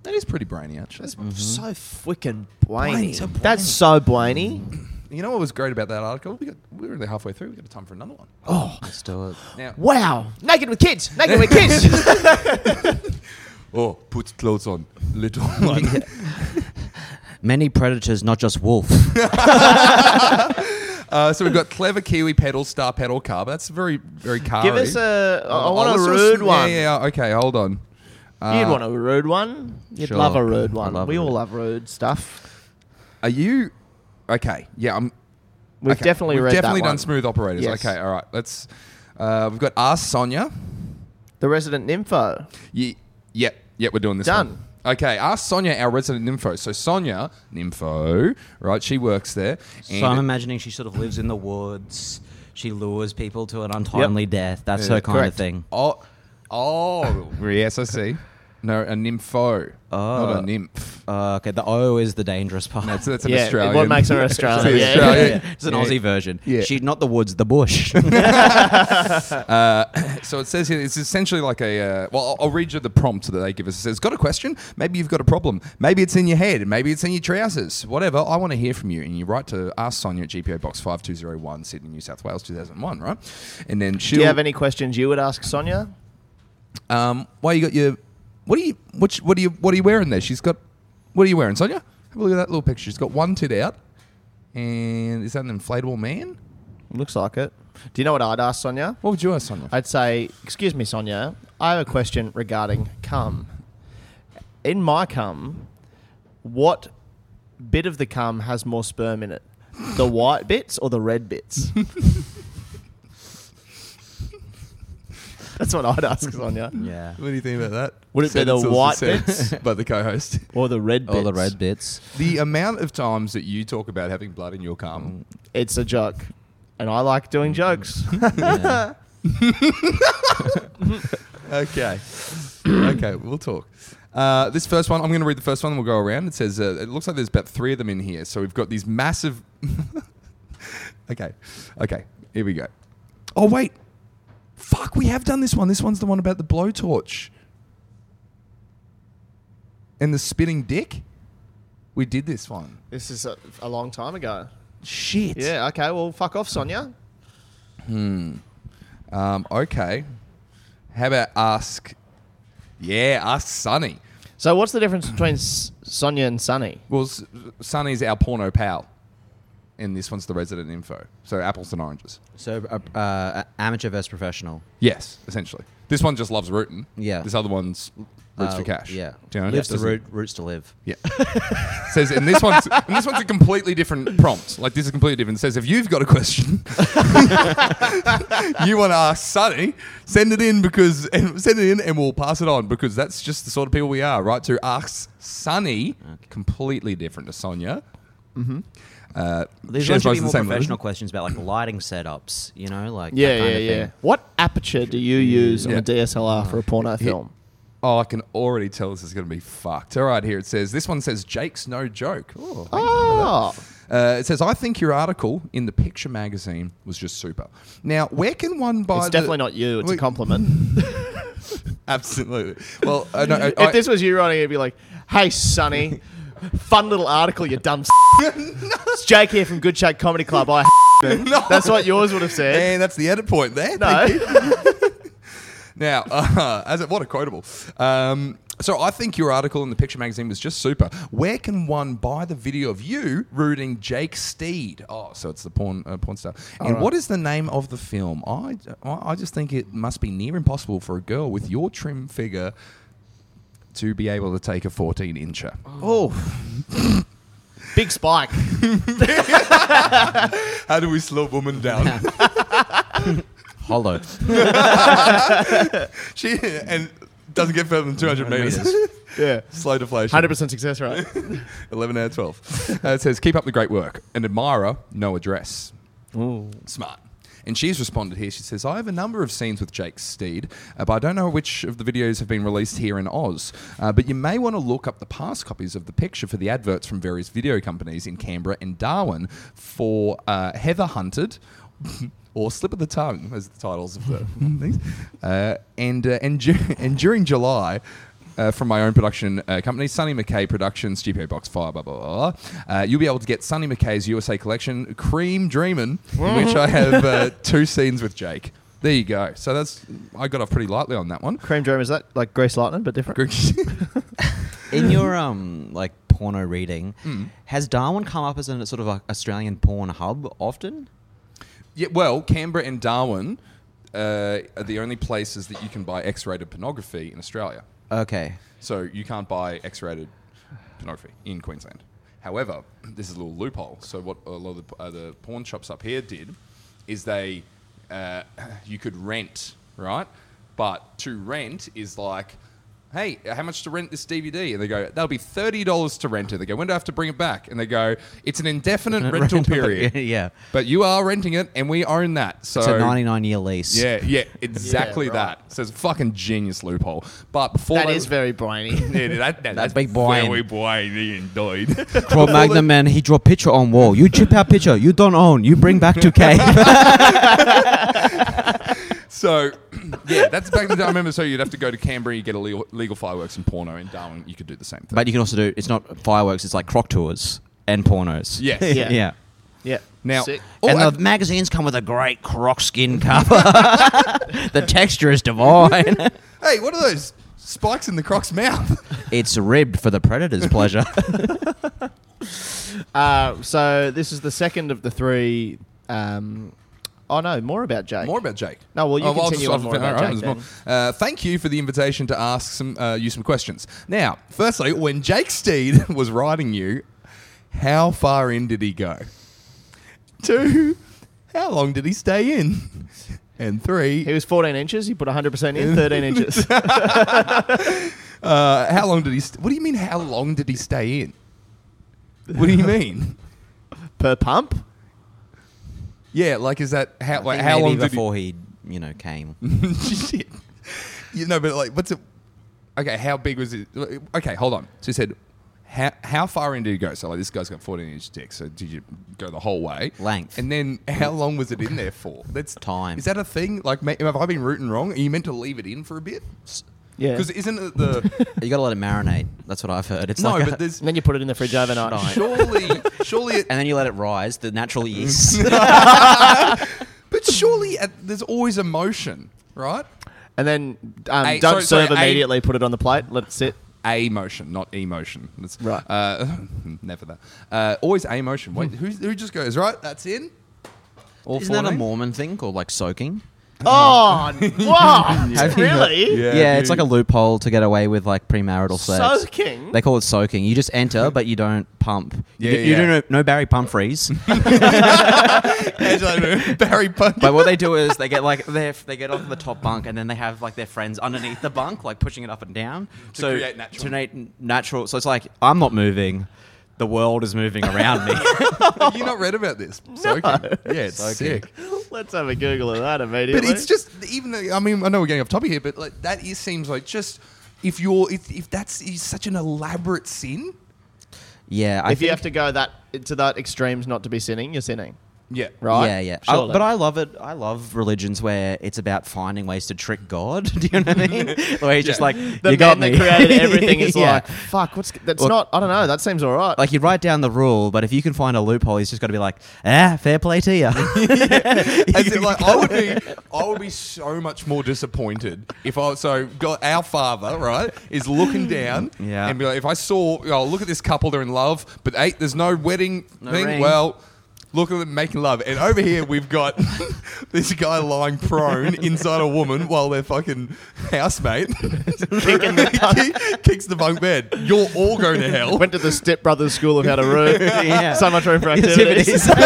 [SPEAKER 3] That is pretty brainy, actually.
[SPEAKER 4] That's so freaking
[SPEAKER 3] Blainy,
[SPEAKER 4] Mm-hmm. Blaney.
[SPEAKER 3] so
[SPEAKER 4] That's so Blaney.
[SPEAKER 3] You know what was great about that article? We got, we were only halfway through. We got time for another one.
[SPEAKER 5] Oh, let's do it.
[SPEAKER 3] Now,
[SPEAKER 4] Wow. Naked with kids. Naked with kids.
[SPEAKER 3] Oh, put clothes on, little one.
[SPEAKER 5] Many predators, not just wolf.
[SPEAKER 3] uh, so we've got clever Kiwi pedal, star pedal car. But that's very, very car.
[SPEAKER 4] Give us a. I I
[SPEAKER 3] Oh,
[SPEAKER 4] want
[SPEAKER 3] let's
[SPEAKER 4] a
[SPEAKER 3] do
[SPEAKER 4] rude
[SPEAKER 3] yeah,
[SPEAKER 4] one.
[SPEAKER 3] Yeah, okay, hold on.
[SPEAKER 4] You'd
[SPEAKER 3] Uh,
[SPEAKER 4] want a rude one. You'd
[SPEAKER 5] Sure.
[SPEAKER 4] love a rude
[SPEAKER 5] I
[SPEAKER 4] one.
[SPEAKER 5] love
[SPEAKER 4] we
[SPEAKER 5] a
[SPEAKER 4] all
[SPEAKER 5] rude-
[SPEAKER 4] love rude stuff.
[SPEAKER 3] Are you okay? Yeah, I'm.
[SPEAKER 4] We've
[SPEAKER 3] okay,
[SPEAKER 4] definitely
[SPEAKER 3] we've
[SPEAKER 4] read
[SPEAKER 3] definitely
[SPEAKER 4] that
[SPEAKER 3] done
[SPEAKER 4] one.
[SPEAKER 3] smooth operators.
[SPEAKER 4] Yes.
[SPEAKER 3] Okay, all right. Let's. Uh, we've got Ask Sonia.
[SPEAKER 4] The resident info.
[SPEAKER 3] Ye- yep, yep, we're doing this.
[SPEAKER 4] Done.
[SPEAKER 3] one. Okay, ask Sonia, our resident nympho. So Sonia, nympho, right? She works there.
[SPEAKER 5] so I'm imagining she sort of lives in the woods. She lures people to an untimely death. That's
[SPEAKER 3] Yeah,
[SPEAKER 5] her kind
[SPEAKER 3] correct.
[SPEAKER 5] of thing.
[SPEAKER 3] Oh, oh, yes, I see. No, a nympho, not a nymph.
[SPEAKER 5] Uh, okay, the O is the dangerous part.
[SPEAKER 3] That's, that's an
[SPEAKER 4] Yeah,
[SPEAKER 3] Australian.
[SPEAKER 4] what makes her Australian,
[SPEAKER 3] It's
[SPEAKER 4] yeah.
[SPEAKER 3] an Australian.
[SPEAKER 5] Yeah, It's an
[SPEAKER 3] Yeah.
[SPEAKER 5] Aussie version.
[SPEAKER 3] Yeah.
[SPEAKER 5] She's not the woods, the bush.
[SPEAKER 3] Uh, So it says here, it's essentially like a. Uh, well, I'll, I'll read you the prompt that they give us. It says, Got a question? Maybe you've got a problem. Maybe it's in your head. Maybe it's in your trousers. Whatever. I want to hear from you. And you write to ask Sonia at GPO Box 5201, Sydney, New South Wales, 2001, right? And then she'll.
[SPEAKER 4] Do you have any questions you would ask Sonia?
[SPEAKER 3] Um, why you got your? What are you? What, what are you? What are you wearing there? She's got. What are you wearing, Sonia? Have a look at that little picture. She's got one tit out, and is that an inflatable man?
[SPEAKER 4] Looks like it. Do you know what I'd ask Sonia?
[SPEAKER 3] What would you ask, Sonia?
[SPEAKER 4] I'd say, excuse me, Sonia. I have a question regarding cum. In my cum, what bit of the cum has more sperm in it? The white bits or the red bits? That's what I'd ask Sonia.
[SPEAKER 5] yeah.
[SPEAKER 3] what do you think about that?
[SPEAKER 4] Would it be the
[SPEAKER 3] Sentences
[SPEAKER 4] white
[SPEAKER 3] said
[SPEAKER 4] bits?
[SPEAKER 3] by the co-host?
[SPEAKER 4] Or the red bits.
[SPEAKER 5] All the red bits.
[SPEAKER 3] The amount of times that you talk about having blood in your cum.
[SPEAKER 5] Mm.
[SPEAKER 4] It's a joke. And I like doing jokes.
[SPEAKER 5] Yeah.
[SPEAKER 3] okay. Mm. okay, we'll talk. Uh, this first one, I'm going to read the first one and we'll go around. It says, uh, it looks like there's about three of them in here. So we've got these massive. okay, okay, here we go. Oh, wait. Fuck, we have done this one. This one's the one about the blowtorch and the spinning dick. We did this one.
[SPEAKER 4] This is a, a long time ago.
[SPEAKER 3] Shit.
[SPEAKER 4] Yeah, okay, well, fuck off, Sonia.
[SPEAKER 3] Um, okay. How about ask? Yeah, ask Sunny.
[SPEAKER 4] So, what's the difference between S- Sonia and Sunny?
[SPEAKER 3] Well, S- Sunny's our porno pal, and this one's the resident info. So apples and oranges.
[SPEAKER 5] So, uh, uh, amateur versus professional.
[SPEAKER 3] Yes, essentially. This one just loves rooting.
[SPEAKER 5] Yeah.
[SPEAKER 3] This other one's roots
[SPEAKER 5] Uh,
[SPEAKER 3] for cash.
[SPEAKER 5] Yeah.
[SPEAKER 3] Do you know?
[SPEAKER 5] Lives the
[SPEAKER 3] Doesn't-
[SPEAKER 5] root, roots to live.
[SPEAKER 3] Yeah. says, and this one's and this one's a completely different prompt. Like this is completely different. It says, if you've got a question, you want to ask Sunny, send it in because and send it in and we'll pass it on because that's just the sort of people we are, right? To ask Sunny, completely different to Sonia. Mm-hmm. Uh,
[SPEAKER 5] These
[SPEAKER 3] shares
[SPEAKER 5] should
[SPEAKER 3] most
[SPEAKER 5] be
[SPEAKER 3] of the
[SPEAKER 5] more
[SPEAKER 3] same
[SPEAKER 5] professional
[SPEAKER 3] level.
[SPEAKER 5] questions about like lighting setups, you know, like
[SPEAKER 4] Yeah,
[SPEAKER 5] that kind
[SPEAKER 4] yeah,
[SPEAKER 5] of
[SPEAKER 4] yeah.
[SPEAKER 5] thing.
[SPEAKER 4] What aperture do you use on
[SPEAKER 3] Yeah.
[SPEAKER 4] a DSLR for a porno film?
[SPEAKER 3] Oh, I can already tell this is going to be fucked. All right, here it says this one says Jake's no joke. Oh,
[SPEAKER 4] Oh,
[SPEAKER 3] Uh, it says, I think your article in the picture magazine was just super. Now, where can one buy
[SPEAKER 4] it's
[SPEAKER 3] the-
[SPEAKER 4] definitely not you. It's
[SPEAKER 3] Wait,
[SPEAKER 4] a compliment.
[SPEAKER 3] Absolutely. Well, uh, I know. I- I-
[SPEAKER 4] if this was you writing, it'd be like, "Hey, Sonny, fun little article, you dumb." s-." It's Jake here from Good Shake Comedy Club. I. That's what yours would have said.
[SPEAKER 3] and that's the edit point there.
[SPEAKER 4] No.
[SPEAKER 3] Now, uh, as it, what a quotable. Um, so I think your article in the picture magazine was just super. Where can one buy the video of you rooting Jake Steed? Oh, so it's the porn uh, porn star. And what is the name of the film? I I I just think it must be near impossible for a girl with your trim figure to be able to take a 14 incher.
[SPEAKER 4] Oh. Big spike.
[SPEAKER 3] How do we slow a woman down?
[SPEAKER 5] Hollow.
[SPEAKER 3] she and doesn't get further than 200 meters.
[SPEAKER 4] Yeah.
[SPEAKER 3] slow deflation.
[SPEAKER 4] 100% success rate.
[SPEAKER 3] 11 out of 12. Uh, it says, Keep up the great work. An admirer, no address. Smart. And she's responded here. She says, I have a number of scenes with Jake Steed, uh, but I don't know which of the videos have been released here in Oz. Uh, but you may want to look up the past copies of the picture for the adverts from various video companies in Canberra and Darwin for uh, Heather Hunted. Or slip of the tongue, as the titles of the things, uh, and uh, and, dur- and during July, uh, from my own production uh, company, Sonny McKay Productions, Studio Box 5, blah, blah, blah. blah. Uh, you'll be able to get Sonny McKay's USA collection, Cream Dreamin', in which I have uh, two scenes with Jake. There you go. So that's, I got off pretty lightly on that one.
[SPEAKER 4] Cream Dream, is that like Grace Lightning, but different?
[SPEAKER 5] In your um like porno reading,
[SPEAKER 3] Hmm.
[SPEAKER 5] has Darwin come up as an sort of a Australian porn hub often?
[SPEAKER 3] yeah, well, Canberra and Darwin uh, are the only places that you can buy X rated pornography in Australia.
[SPEAKER 5] Okay.
[SPEAKER 3] So you can't buy X-rated pornography in Queensland. However, this is a little loophole. So what a lot of the, uh, the pawn shops up here did is they uh, you could rent, right? But to rent is like, hey, how much to rent this DVD? And they go, that'll be thirty dollars to rent it. They go, when do I have to bring it back? And they go, it's an indefinite rental period.
[SPEAKER 5] yeah.
[SPEAKER 3] But you are renting it, and we own that. So
[SPEAKER 5] It's a 99 year lease.
[SPEAKER 3] yeah, yeah, exactly
[SPEAKER 4] right.
[SPEAKER 3] that. So it's a fucking genius loophole. But before
[SPEAKER 4] That
[SPEAKER 3] they-
[SPEAKER 4] is very brainy.
[SPEAKER 3] yeah, that, that, that's
[SPEAKER 5] big boy.
[SPEAKER 3] Very boy, indeed.
[SPEAKER 5] Cro Magnum man, he draw picture on wall. You chip out picture. You don't own. You bring back to K.
[SPEAKER 3] so, yeah, that's back in the day. I remember, so you'd have to go to Canberra, you get illegal, legal fireworks and porno. In Darwin, you could do the same thing.
[SPEAKER 5] but you can also do. It's not fireworks. It's like croc tours and pornos.
[SPEAKER 3] Yes.
[SPEAKER 4] Yeah.
[SPEAKER 5] yeah.
[SPEAKER 4] yeah.
[SPEAKER 3] now,
[SPEAKER 4] Sick.
[SPEAKER 3] oh,
[SPEAKER 5] and
[SPEAKER 3] uh,
[SPEAKER 5] the magazines come with a great croc skin cover. the texture is divine.
[SPEAKER 3] hey, what are those spikes in the croc's mouth?
[SPEAKER 5] it's ribbed for the predator's pleasure.
[SPEAKER 4] Uh, so this is the second of the three. Um, oh no, more about Jake.
[SPEAKER 3] More about Jake. Oh,
[SPEAKER 4] No, well, you
[SPEAKER 3] I'll
[SPEAKER 4] continue
[SPEAKER 3] just-
[SPEAKER 4] on more
[SPEAKER 3] I'll-
[SPEAKER 4] about
[SPEAKER 3] all
[SPEAKER 4] Jake
[SPEAKER 3] there's more. Uh, thank you for the invitation to ask some uh, you some questions. Now, firstly, when Jake Steed was riding you, how far in did he go? Two, how long did he stay in? And three,
[SPEAKER 4] He was 14 inches. He put 100% in 13 inches.
[SPEAKER 3] Uh, how long did he? St- what do you mean? How long did he stay in? What do you mean?
[SPEAKER 4] per pump.
[SPEAKER 3] yeah, like is that how?
[SPEAKER 5] I think
[SPEAKER 3] how
[SPEAKER 5] maybe
[SPEAKER 3] long did
[SPEAKER 5] before he, you know, came?
[SPEAKER 3] he? Shit. you know, but like, what's it? Okay, how big was it? Okay, hold on. So he said, how, how far in did you go? So like, this guy's got 14 inch dick. So did you go the whole way?
[SPEAKER 5] Length.
[SPEAKER 3] And then how long was it in there for? That's
[SPEAKER 5] Time.
[SPEAKER 3] Is that a thing? Like, ma- have I been rooting wrong? Are you meant to leave it in for a bit?
[SPEAKER 6] Yeah.
[SPEAKER 3] Because isn't it the
[SPEAKER 5] You gotta let it marinate. That's what I've heard. It's
[SPEAKER 3] no?
[SPEAKER 5] like a-
[SPEAKER 3] But there's
[SPEAKER 6] And then you put it in the fridge overnight.
[SPEAKER 5] Shut
[SPEAKER 3] surely, surely it,
[SPEAKER 5] and then you let it rise. The natural yeast.
[SPEAKER 3] But surely at, there's always emotion, right?
[SPEAKER 4] And then um,
[SPEAKER 3] Hey,
[SPEAKER 4] don't
[SPEAKER 3] sorry,
[SPEAKER 4] serve
[SPEAKER 3] sorry, hey.
[SPEAKER 4] immediately. Put it on the plate. Let it sit.
[SPEAKER 3] A motion, not emotion. That's,
[SPEAKER 4] Right.
[SPEAKER 3] Uh, never that. Uh, always a motion. Wait, who, who just goes right? That's in. All
[SPEAKER 5] Isn't that a
[SPEAKER 3] 14?
[SPEAKER 5] Mormon thing called like soaking?
[SPEAKER 4] Oh, what? really?
[SPEAKER 5] Yeah, it's like a loophole to get away with like premarital sex.
[SPEAKER 4] Soaking?
[SPEAKER 5] They call it soaking. You just enter, but you don't pump.
[SPEAKER 3] Yeah,
[SPEAKER 5] you,
[SPEAKER 3] yeah.
[SPEAKER 5] you do no, no Barry Pumphreys.
[SPEAKER 3] Barry Bunch.
[SPEAKER 5] but what they do is they get like their, they get off the top bunk, and then they have like their friends underneath the bunk, like pushing it up and down to so
[SPEAKER 3] create natural.
[SPEAKER 5] to na- natural. So it's like I'm not moving. The world is moving around me.
[SPEAKER 3] Have you not read about this? Soaking. Yeah, it's sick.
[SPEAKER 4] Let's have a Google of that immediately.
[SPEAKER 3] But it's just even. Though, I mean, I know we're getting off topic here, but like that is seems like just if you're if, if that's is such an elaborate sin.
[SPEAKER 5] yeah, I
[SPEAKER 4] if you
[SPEAKER 5] think-
[SPEAKER 4] have to go that to that extremes not to be sinning, you're sinning,
[SPEAKER 3] Yeah.
[SPEAKER 4] right?
[SPEAKER 5] Yeah, yeah. I,
[SPEAKER 4] Surely.
[SPEAKER 5] but I love it. I love religions where it's about finding ways to trick God. Do you know what I mean? Where he's just like,
[SPEAKER 4] the
[SPEAKER 5] you got
[SPEAKER 4] man
[SPEAKER 5] me.
[SPEAKER 4] that created everything is
[SPEAKER 5] Yeah.
[SPEAKER 4] like, fuck. What's that's
[SPEAKER 5] Well-
[SPEAKER 4] not? I don't know. That seems all right.
[SPEAKER 5] Like you write down the rule, but if you can find a loophole, he's just got to be like, ah, fair play to you.
[SPEAKER 3] As in, like,
[SPEAKER 4] oh,
[SPEAKER 3] I would be, I would be so much more disappointed if I. So, God, our father, right, is looking down,
[SPEAKER 5] Yeah.
[SPEAKER 3] and be like, if I saw, oh, look at this couple, they're in love, but eight, there's no wedding
[SPEAKER 5] No
[SPEAKER 3] thing.
[SPEAKER 5] ring.
[SPEAKER 3] Well, look at them making love, and over here we've got this guy lying prone inside a woman while their fucking housemate kick- kicks the bunk bed. You're all going to hell.
[SPEAKER 4] Went to the Step Brothers School of How to Root.
[SPEAKER 5] Yeah.
[SPEAKER 4] So much room for activities. um,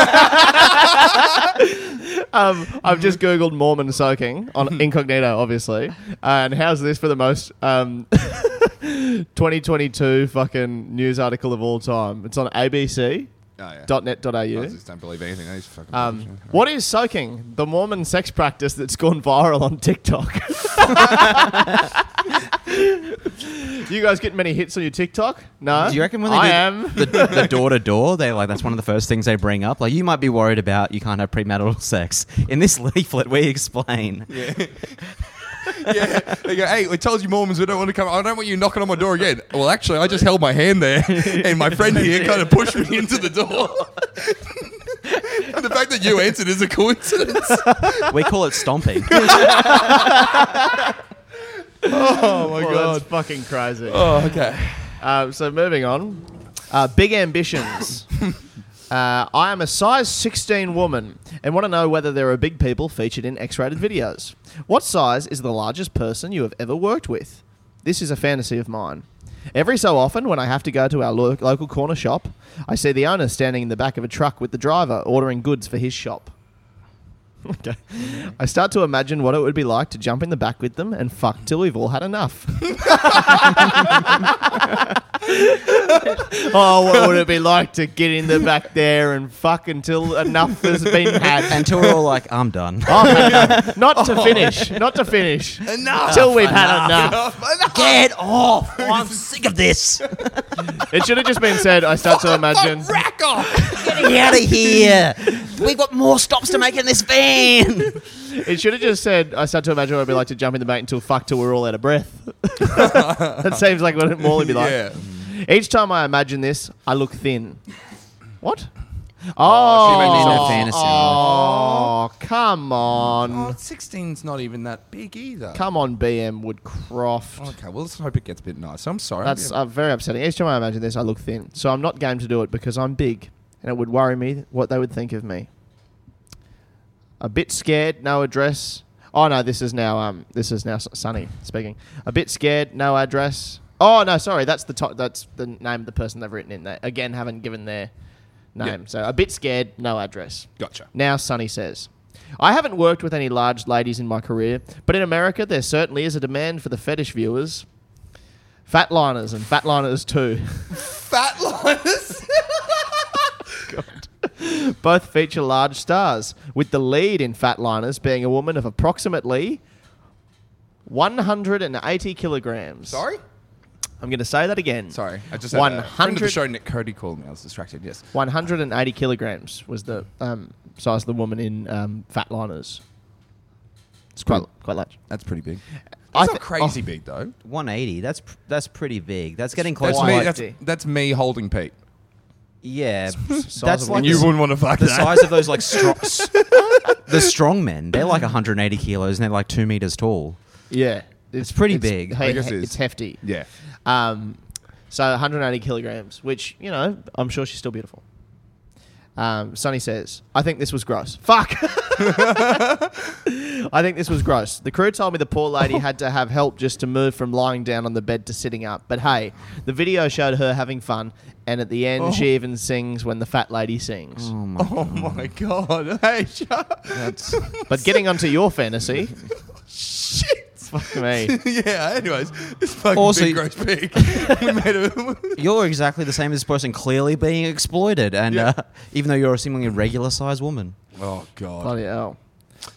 [SPEAKER 4] I've just googled Mormon soaking
[SPEAKER 5] Hmm.
[SPEAKER 4] on incognito, obviously. And how's this for the most um, 2022 fucking news article of all time? It's on ABC.
[SPEAKER 3] Oh, yeah.
[SPEAKER 4] dot net dot
[SPEAKER 3] I
[SPEAKER 4] au.
[SPEAKER 3] just don't believe anything. These fucking
[SPEAKER 4] Um, what is soaking? The Mormon sex practice that's gone viral on TikTok. you guys getting many hits on your TikTok? No.
[SPEAKER 5] Do you reckon when they
[SPEAKER 4] I
[SPEAKER 5] do
[SPEAKER 4] am?
[SPEAKER 5] the the door to door, they like that's one of the first things they bring up. Like you might be worried about you can't have premarital sex. In this leaflet, we explain.
[SPEAKER 3] yeah, they go, hey, we told you Mormons we don't want to come. I don't want you knocking on my door again. Well, actually, I just held my hand there, and my friend here kind of pushed me into the door. And the fact that you answered is a coincidence.
[SPEAKER 5] We call it stomping.
[SPEAKER 4] Oh my god, that's fucking crazy.
[SPEAKER 3] Oh, okay.
[SPEAKER 4] Uh, so moving on, uh, big ambitions. uh, I am a size 16 woman and want to know whether there are big people featured in X-rated videos. What size is the largest person you have ever worked with? This is a fantasy of mine. Every so often, when I have to go to our lo- local corner shop, I see the owner standing in the back of a truck with the driver ordering goods for his shop. Okay. I start to imagine what it would be like to jump in the back with them and fuck till we've all had enough. oh, what would it be like to get in the back there and fuck until enough has been had?
[SPEAKER 5] Until we're all like, I'm done.
[SPEAKER 4] Oh, not to finish. Not to finish.
[SPEAKER 3] Enough.
[SPEAKER 4] Till we've had enough.
[SPEAKER 5] Get off! I'm sick of this.
[SPEAKER 4] It should have just been said, I start to imagine.
[SPEAKER 3] Rack off.
[SPEAKER 5] Get out of here. We've got more stops to make in this van.
[SPEAKER 4] It should have just said, I start to imagine what it'd be like to jump in the back until fuck till we're all out of breath. that seems like what it more would be like.
[SPEAKER 3] Yeah.
[SPEAKER 4] Each time I imagine this, I look thin. What? Oh,
[SPEAKER 5] imagines her
[SPEAKER 4] oh,
[SPEAKER 5] fantasy.
[SPEAKER 4] come on.
[SPEAKER 3] 16's Oh, not even that big either.
[SPEAKER 4] Come on, BM Woodcroft.
[SPEAKER 3] Okay, well, let's hope it gets a bit nice. I'm sorry.
[SPEAKER 4] That's uh, very upsetting. Each time I imagine this, I look thin. So I'm not game to do it because I'm big, and it would worry me what they would think of me. A bit scared, no address. Oh no, this is now um, this is now S- Sunny speaking. A bit scared, no address. Oh no, sorry, that's the top, that's the name of the person they've written in there. Again, haven't given their name. So a bit scared, no address.
[SPEAKER 3] Gotcha.
[SPEAKER 4] Now Sonny says, I haven't worked with any large ladies in my career, but in America there certainly is a demand for the fetish viewers. Fatliners and fatliners too.
[SPEAKER 3] Fat liners.
[SPEAKER 4] Both feature large stars, with the lead in Fatliners being a woman of approximately 180 kilograms.
[SPEAKER 3] Sorry?
[SPEAKER 4] I'm going to say that again.
[SPEAKER 3] Sorry. I just had a friend of the
[SPEAKER 4] 100
[SPEAKER 3] show, Nick Cody, called me. I was distracted. Yes.
[SPEAKER 4] 180 kilograms was the um, size of the woman in um, fat liners. It's quite quite large.
[SPEAKER 3] That's pretty big.
[SPEAKER 4] I
[SPEAKER 3] That's
[SPEAKER 4] thi- Oh,
[SPEAKER 3] not crazy big, though.
[SPEAKER 5] 180. That's pr- that's pretty big. That's getting close.
[SPEAKER 3] That's
[SPEAKER 5] to
[SPEAKER 4] quite
[SPEAKER 3] me,
[SPEAKER 5] like-
[SPEAKER 4] big.
[SPEAKER 3] that's, that's me holding Pete.
[SPEAKER 5] yeah,
[SPEAKER 4] size
[SPEAKER 5] that's
[SPEAKER 4] of
[SPEAKER 5] like
[SPEAKER 4] one.
[SPEAKER 5] the,
[SPEAKER 4] You
[SPEAKER 5] s-
[SPEAKER 3] want to fuck
[SPEAKER 5] the size of those like stro- s- the strong men. They're like 180 kilos and they're like two meters tall.
[SPEAKER 4] Yeah, it's,
[SPEAKER 5] pretty big.
[SPEAKER 4] Hey,
[SPEAKER 3] I guess it is.
[SPEAKER 4] it's hefty.
[SPEAKER 3] Yeah.
[SPEAKER 4] Um, so 180 kilograms, which you know, I'm sure she's still beautiful. Um, Sonny says, "I think this was gross. Fuck. I think this was gross. The crew told me the poor lady had to have help just to move from lying down on the bed to sitting up. But hey, the video showed her having fun, and at the end, she even sings when the fat lady sings.
[SPEAKER 3] Oh my god. Hey, shut
[SPEAKER 4] But getting onto your fantasy, fuck me.
[SPEAKER 3] yeah, anyways, this fucking
[SPEAKER 5] Also-
[SPEAKER 3] big gross pig. we made a
[SPEAKER 5] You're exactly the same as this person, clearly being exploited, and
[SPEAKER 3] Yeah.
[SPEAKER 5] uh, even though you're a seemingly regular sized woman.
[SPEAKER 3] Oh god.
[SPEAKER 4] Bloody hell.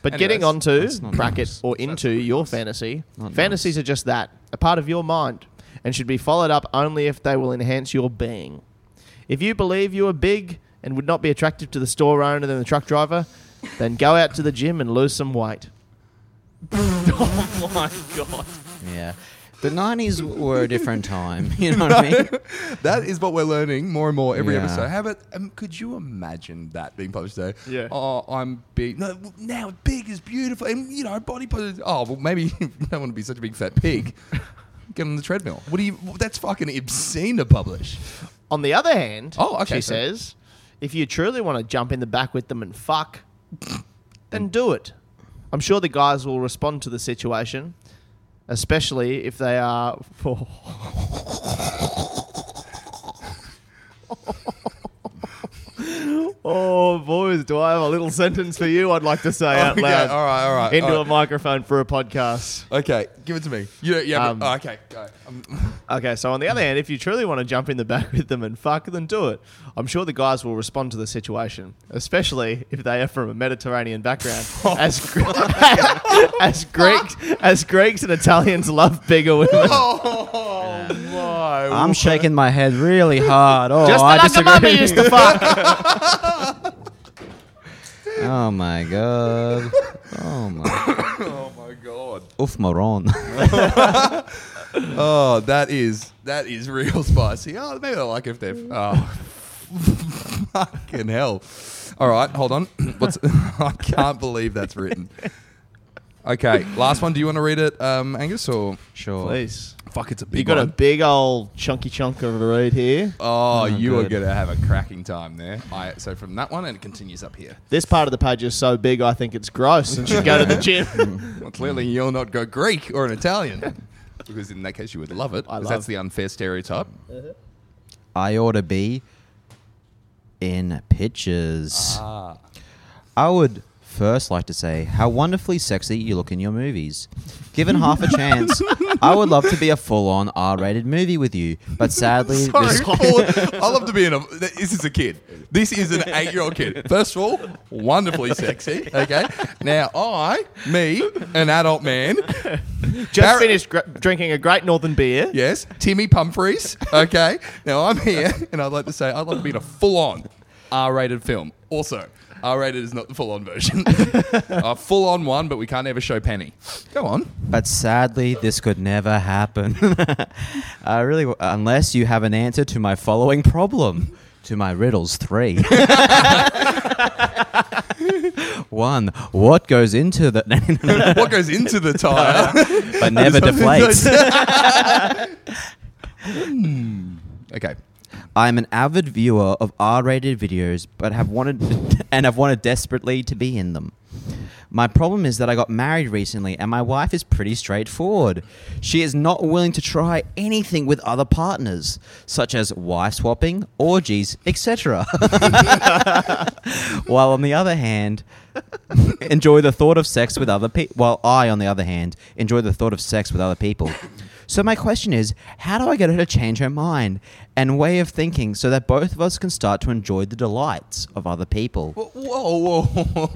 [SPEAKER 4] But
[SPEAKER 3] Anyway,
[SPEAKER 4] getting
[SPEAKER 3] that's-
[SPEAKER 4] onto
[SPEAKER 5] not
[SPEAKER 4] bracket
[SPEAKER 5] nice.
[SPEAKER 4] or into your fantasy, fantasies are just that, a part of your mind, and should be followed up only if they will enhance your being. If you believe you are big and would not be attractive to the store owner than the truck driver, then go out to the gym and lose some weight.
[SPEAKER 5] Yeah. The 90s were a different time. You know what I mean?
[SPEAKER 3] That is what we're learning more and more every
[SPEAKER 5] Yeah.
[SPEAKER 3] episode. How about um, could you imagine that being published today?
[SPEAKER 4] Yeah.
[SPEAKER 3] Oh, I'm big. No, w- now big is beautiful, and you know body positive. Oh well, maybe you don't want to be such a big fat pig. Get on the treadmill. What do you? well, That's fucking obscene to publish.
[SPEAKER 4] On the other hand,
[SPEAKER 3] Oh, okay,
[SPEAKER 4] she
[SPEAKER 3] so-
[SPEAKER 4] says, if you truly want to jump in the back with them and fuck, then do it. I'm sure the guys will respond to the situation, especially if they are. oh, boys, do I have a little sentence for you I'd like to say out
[SPEAKER 3] Okay,
[SPEAKER 4] loud
[SPEAKER 3] all right, all right.
[SPEAKER 4] into
[SPEAKER 3] all
[SPEAKER 4] a microphone for a podcast.
[SPEAKER 3] right. Okay, give it to me. You, yeah.
[SPEAKER 4] Um,
[SPEAKER 3] oh, okay, go. Um,
[SPEAKER 4] Okay, so on the other hand, if you truly want to jump in the back with them and fuck, then do it. I'm sure the guys will respond to the situation, especially if they are from a Mediterranean background, as Gre- as Greeks as Greeks and Italians love bigger women.
[SPEAKER 3] oh my!
[SPEAKER 5] I'm shaking my head really hard. Oh,
[SPEAKER 4] Just
[SPEAKER 5] I
[SPEAKER 4] like a
[SPEAKER 5] disagree.
[SPEAKER 4] mummy used to fuck.
[SPEAKER 5] Oh my god. Oh my.
[SPEAKER 3] oh my god!
[SPEAKER 5] Oof, moron.
[SPEAKER 3] Oh, that is that is real spicy. Oh, maybe I like it if they're. Oh, fucking hell! All right, hold on. What's? I can't believe that's written. Okay, last one. Do you want to read it, um, Angus? Or
[SPEAKER 5] Sure.
[SPEAKER 4] Please,
[SPEAKER 3] fuck, it's a big
[SPEAKER 4] you got a
[SPEAKER 3] one.
[SPEAKER 4] big old chunky chunk of a read here.
[SPEAKER 3] oh, you are
[SPEAKER 5] good.
[SPEAKER 3] gonna have a cracking time there. I, so from that one, and it continues up here.
[SPEAKER 4] This part of the page is so big, I think it's gross, and should go to the gym.
[SPEAKER 3] Well, clearly, you're not go Greek or an Italian, because in that case, you would love it.
[SPEAKER 4] I
[SPEAKER 3] 'cause
[SPEAKER 4] love-
[SPEAKER 3] that's the unfair stereotype.
[SPEAKER 5] I ought to be in pictures. I would first like to say how wonderfully sexy you look in your movies. Given half a chance, I would love to be a full on R rated movie with you, but sadly,
[SPEAKER 3] Sorry,
[SPEAKER 5] this
[SPEAKER 3] Paul. I love to be in a. This is a kid. This is an eight-year-old kid. First of all, wonderfully sexy. Okay. Now I, me, an adult man.
[SPEAKER 4] Just
[SPEAKER 3] Barrett-
[SPEAKER 4] finished gr- drinking a great Northern beer.
[SPEAKER 3] Yes, Timmy Pumphreys. Okay. Now I'm here, and I'd like to say I'd like to be in a full-on R-rated film. Also, R-rated is not the full-on version. a full-on one, but we can't ever show Penny. Go on.
[SPEAKER 5] But sadly, this could never happen. I really, w- unless you have an answer to my following problem, to my riddles three. One, what goes into the
[SPEAKER 3] What goes into the tire?
[SPEAKER 5] but never deflates?
[SPEAKER 3] okay.
[SPEAKER 5] I'm an avid viewer of R-rated videos, but have wanted and have wanted desperately to be in them. My problem is that I got married recently, and my wife is pretty straightforward. She is not willing to try anything with other partners, such as wife swapping, orgies, etc. while on the other hand, enjoy the thought of sex with other people. While I, on the other hand, enjoy the thought of sex with other people. So my question is, how do I get her to change her mind and way of thinking so that both of us can start to enjoy the delights of other people?
[SPEAKER 3] Whoa, whoa, whoa.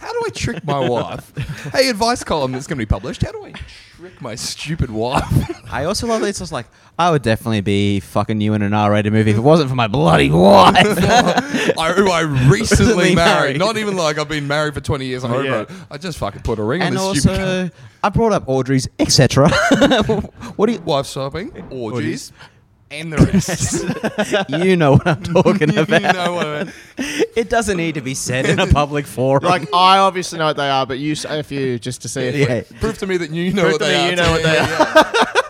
[SPEAKER 3] How do I trick my wife? hey, advice column that's going to be published. How do I trick my stupid wife?
[SPEAKER 5] I also love that it's just like I would definitely be fucking you in an R-rated movie if it wasn't for my bloody wife.
[SPEAKER 3] I, who I recently
[SPEAKER 5] Recently
[SPEAKER 3] married.
[SPEAKER 5] married.
[SPEAKER 3] Not even like I've been married for 20 years. I'm over
[SPEAKER 4] yeah.
[SPEAKER 3] it. I just fucking put a ring
[SPEAKER 5] and
[SPEAKER 3] on this stupid cunt.
[SPEAKER 5] also, I brought up Audrey's etc. what do you?
[SPEAKER 3] wife swapping, orgies, and the rest.
[SPEAKER 5] You know what I'm talking
[SPEAKER 3] you
[SPEAKER 5] about.
[SPEAKER 3] know what I mean?
[SPEAKER 5] It doesn't need to be said in a public forum.
[SPEAKER 6] Like I obviously know what they are, but you say a few just to see if we-
[SPEAKER 5] yeah.
[SPEAKER 3] Prove to me that you know
[SPEAKER 6] Prove
[SPEAKER 3] what
[SPEAKER 6] to
[SPEAKER 3] they
[SPEAKER 6] me
[SPEAKER 3] are.
[SPEAKER 6] you know what they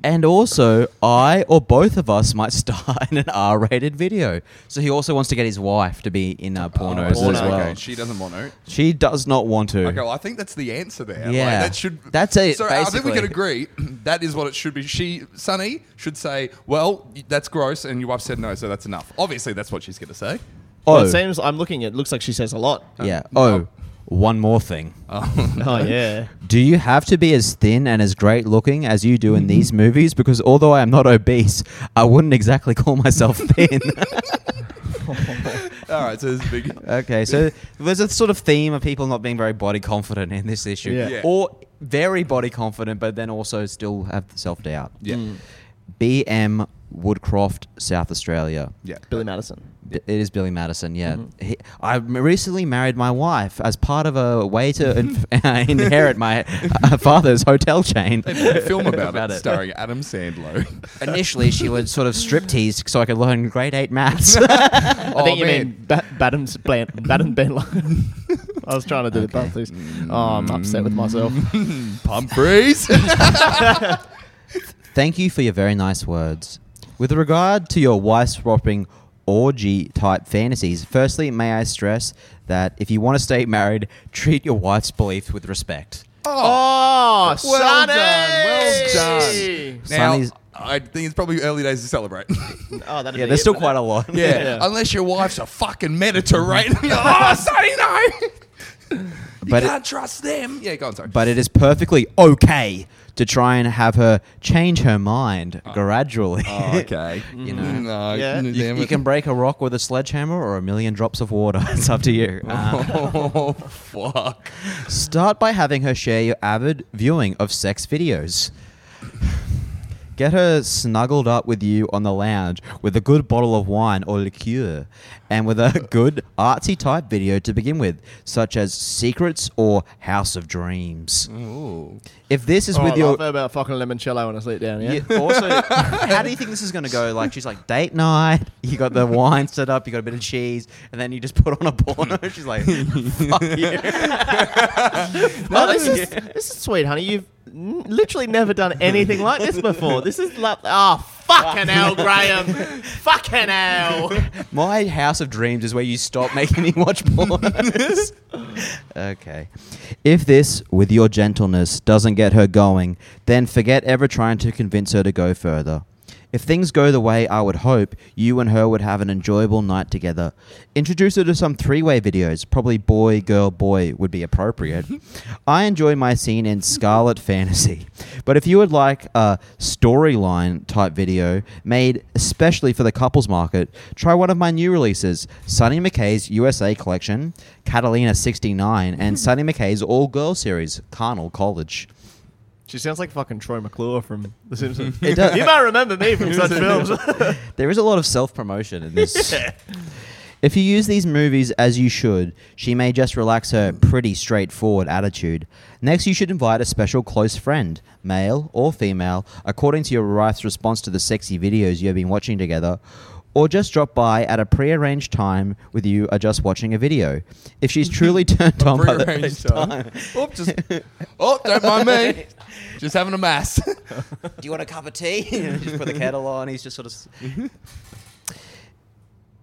[SPEAKER 5] And also, I or both of us might star in an R-rated video. So he also wants to get his wife to be in uh, pornos
[SPEAKER 3] Oh, Porno,
[SPEAKER 5] as well.
[SPEAKER 3] okay. She doesn't want to.
[SPEAKER 5] She does not want to.
[SPEAKER 3] Okay, well, I think that's the answer there. Like,
[SPEAKER 5] Yeah.
[SPEAKER 3] that should.
[SPEAKER 5] That's it,
[SPEAKER 3] So uh, I think we
[SPEAKER 5] basically.
[SPEAKER 3] can agree that is what it should be. She, Sunny, should say, "Well, y- that's gross," and your wife said no, so that's enough. Obviously, that's what she's going to say.
[SPEAKER 5] Oh,
[SPEAKER 6] Well, it seems I'm looking. It looks like she says a lot.
[SPEAKER 3] uh,
[SPEAKER 5] yeah. Oh, one more thing.
[SPEAKER 6] Oh yeah.
[SPEAKER 5] Do you have to be as thin and as great looking as you do in these movies? Because although I am not obese, I wouldn't exactly call myself thin.
[SPEAKER 3] All right, so this big.
[SPEAKER 5] okay, so there's a sort of theme of people not being very body confident in this issue,
[SPEAKER 6] Yeah.
[SPEAKER 3] Yeah.
[SPEAKER 5] or very body confident, but then also still have self doubt.
[SPEAKER 3] Yeah,
[SPEAKER 6] Hmm.
[SPEAKER 5] BM Woodcroft, South Australia.
[SPEAKER 3] yeah.
[SPEAKER 6] Billy Madison.
[SPEAKER 5] B- It is Billy Madison, yeah. He, I m- recently married my wife as part of a way to inf- inherit my uh, father's hotel chain.
[SPEAKER 3] They made a film about,
[SPEAKER 5] About
[SPEAKER 3] it,
[SPEAKER 5] it.
[SPEAKER 3] starring Adam Sandler.
[SPEAKER 5] Initially, she would sort of strip tease so I could learn grade eight maths.
[SPEAKER 3] oh
[SPEAKER 6] I think you
[SPEAKER 3] man.
[SPEAKER 6] mean ba- Badham's Blan- Badham Ben. I was trying to do the both these. Oh, I'm upset with myself.
[SPEAKER 3] Humphreys.
[SPEAKER 5] Thank you for your very nice words. With regard to your wife swapping orgy type fantasies, firstly, may I stress that if you want to stay married, treat your wife's beliefs with respect.
[SPEAKER 6] Oh,
[SPEAKER 3] Well done, well done. now,
[SPEAKER 5] Sonny's-
[SPEAKER 3] I think it's probably early days to celebrate.
[SPEAKER 6] Oh, that'd
[SPEAKER 5] Yeah, there's still quite a lot.
[SPEAKER 3] yeah. unless your wife's a fucking Mediterranean. oh, Sonny, no. You
[SPEAKER 5] But it-
[SPEAKER 3] can't trust them. Yeah, go on, sorry.
[SPEAKER 5] but it is perfectly okay to try and have her change her mind gradually.
[SPEAKER 3] Oh, okay.
[SPEAKER 5] You know?
[SPEAKER 3] No,
[SPEAKER 6] Yeah.
[SPEAKER 3] no,
[SPEAKER 5] You,
[SPEAKER 3] damn
[SPEAKER 5] you
[SPEAKER 3] it.
[SPEAKER 5] can break a rock with a sledgehammer or a million drops of water. It's up to you. Uh,
[SPEAKER 3] Oh, fuck.
[SPEAKER 5] start by having her share your avid viewing of sex videos. Get her snuggled up with you on the lounge with a good bottle of wine or liqueur and with a good artsy type video to begin with, such as Secrets or House of Dreams.
[SPEAKER 3] Ooh.
[SPEAKER 5] If this is
[SPEAKER 6] Oh,
[SPEAKER 5] with
[SPEAKER 6] I
[SPEAKER 5] your.
[SPEAKER 6] love about fucking limoncello when I sleep down. Yeah.
[SPEAKER 5] Yeah, also, how do you think this is going to go? Like, she's like, date night. You got the wine set up. You got a bit of cheese, and then you just put on a porno. She's like, fuck you.
[SPEAKER 6] No, Oh, this is this is sweet, honey. You've n- literally never done anything like this before. This is like, oh fucking hell, Graham, fucking hell.
[SPEAKER 5] My house of dreams is where you stop making me watch pornos. okay. If this, with your gentleness, doesn't get her going, then forget ever trying to convince her to go further. If things go the way I would hope, you and her would have an enjoyable night together. Introduce her to some three way videos. Probably boy, girl, boy would be appropriate. I enjoy my scene in Scarlet Fantasy, but if you would like a storyline type video made especially for the couples market, try one of my new releases Sonny McKay's USA Collection, Catalina 69, and Sonny McKay's All Girl Series, Carnal College.
[SPEAKER 6] She sounds like fucking Troy McClure from The Simpsons.
[SPEAKER 5] It does.
[SPEAKER 6] You might remember me from such films.
[SPEAKER 5] There is a lot of self promotion in this. If you use these movies as you should, she may just relax her pretty straightforward attitude. Next, you should invite a special close friend, male or female, according to your wife's response to the sexy videos you have been watching together, or just drop by at a prearranged time with you are just watching a video. If she's truly turned on by the
[SPEAKER 3] Prearranged time. Oh, just, oh, don't mind me. Just having a mass.
[SPEAKER 5] do you want a cup of tea? just put the kettle on. He's just sort of.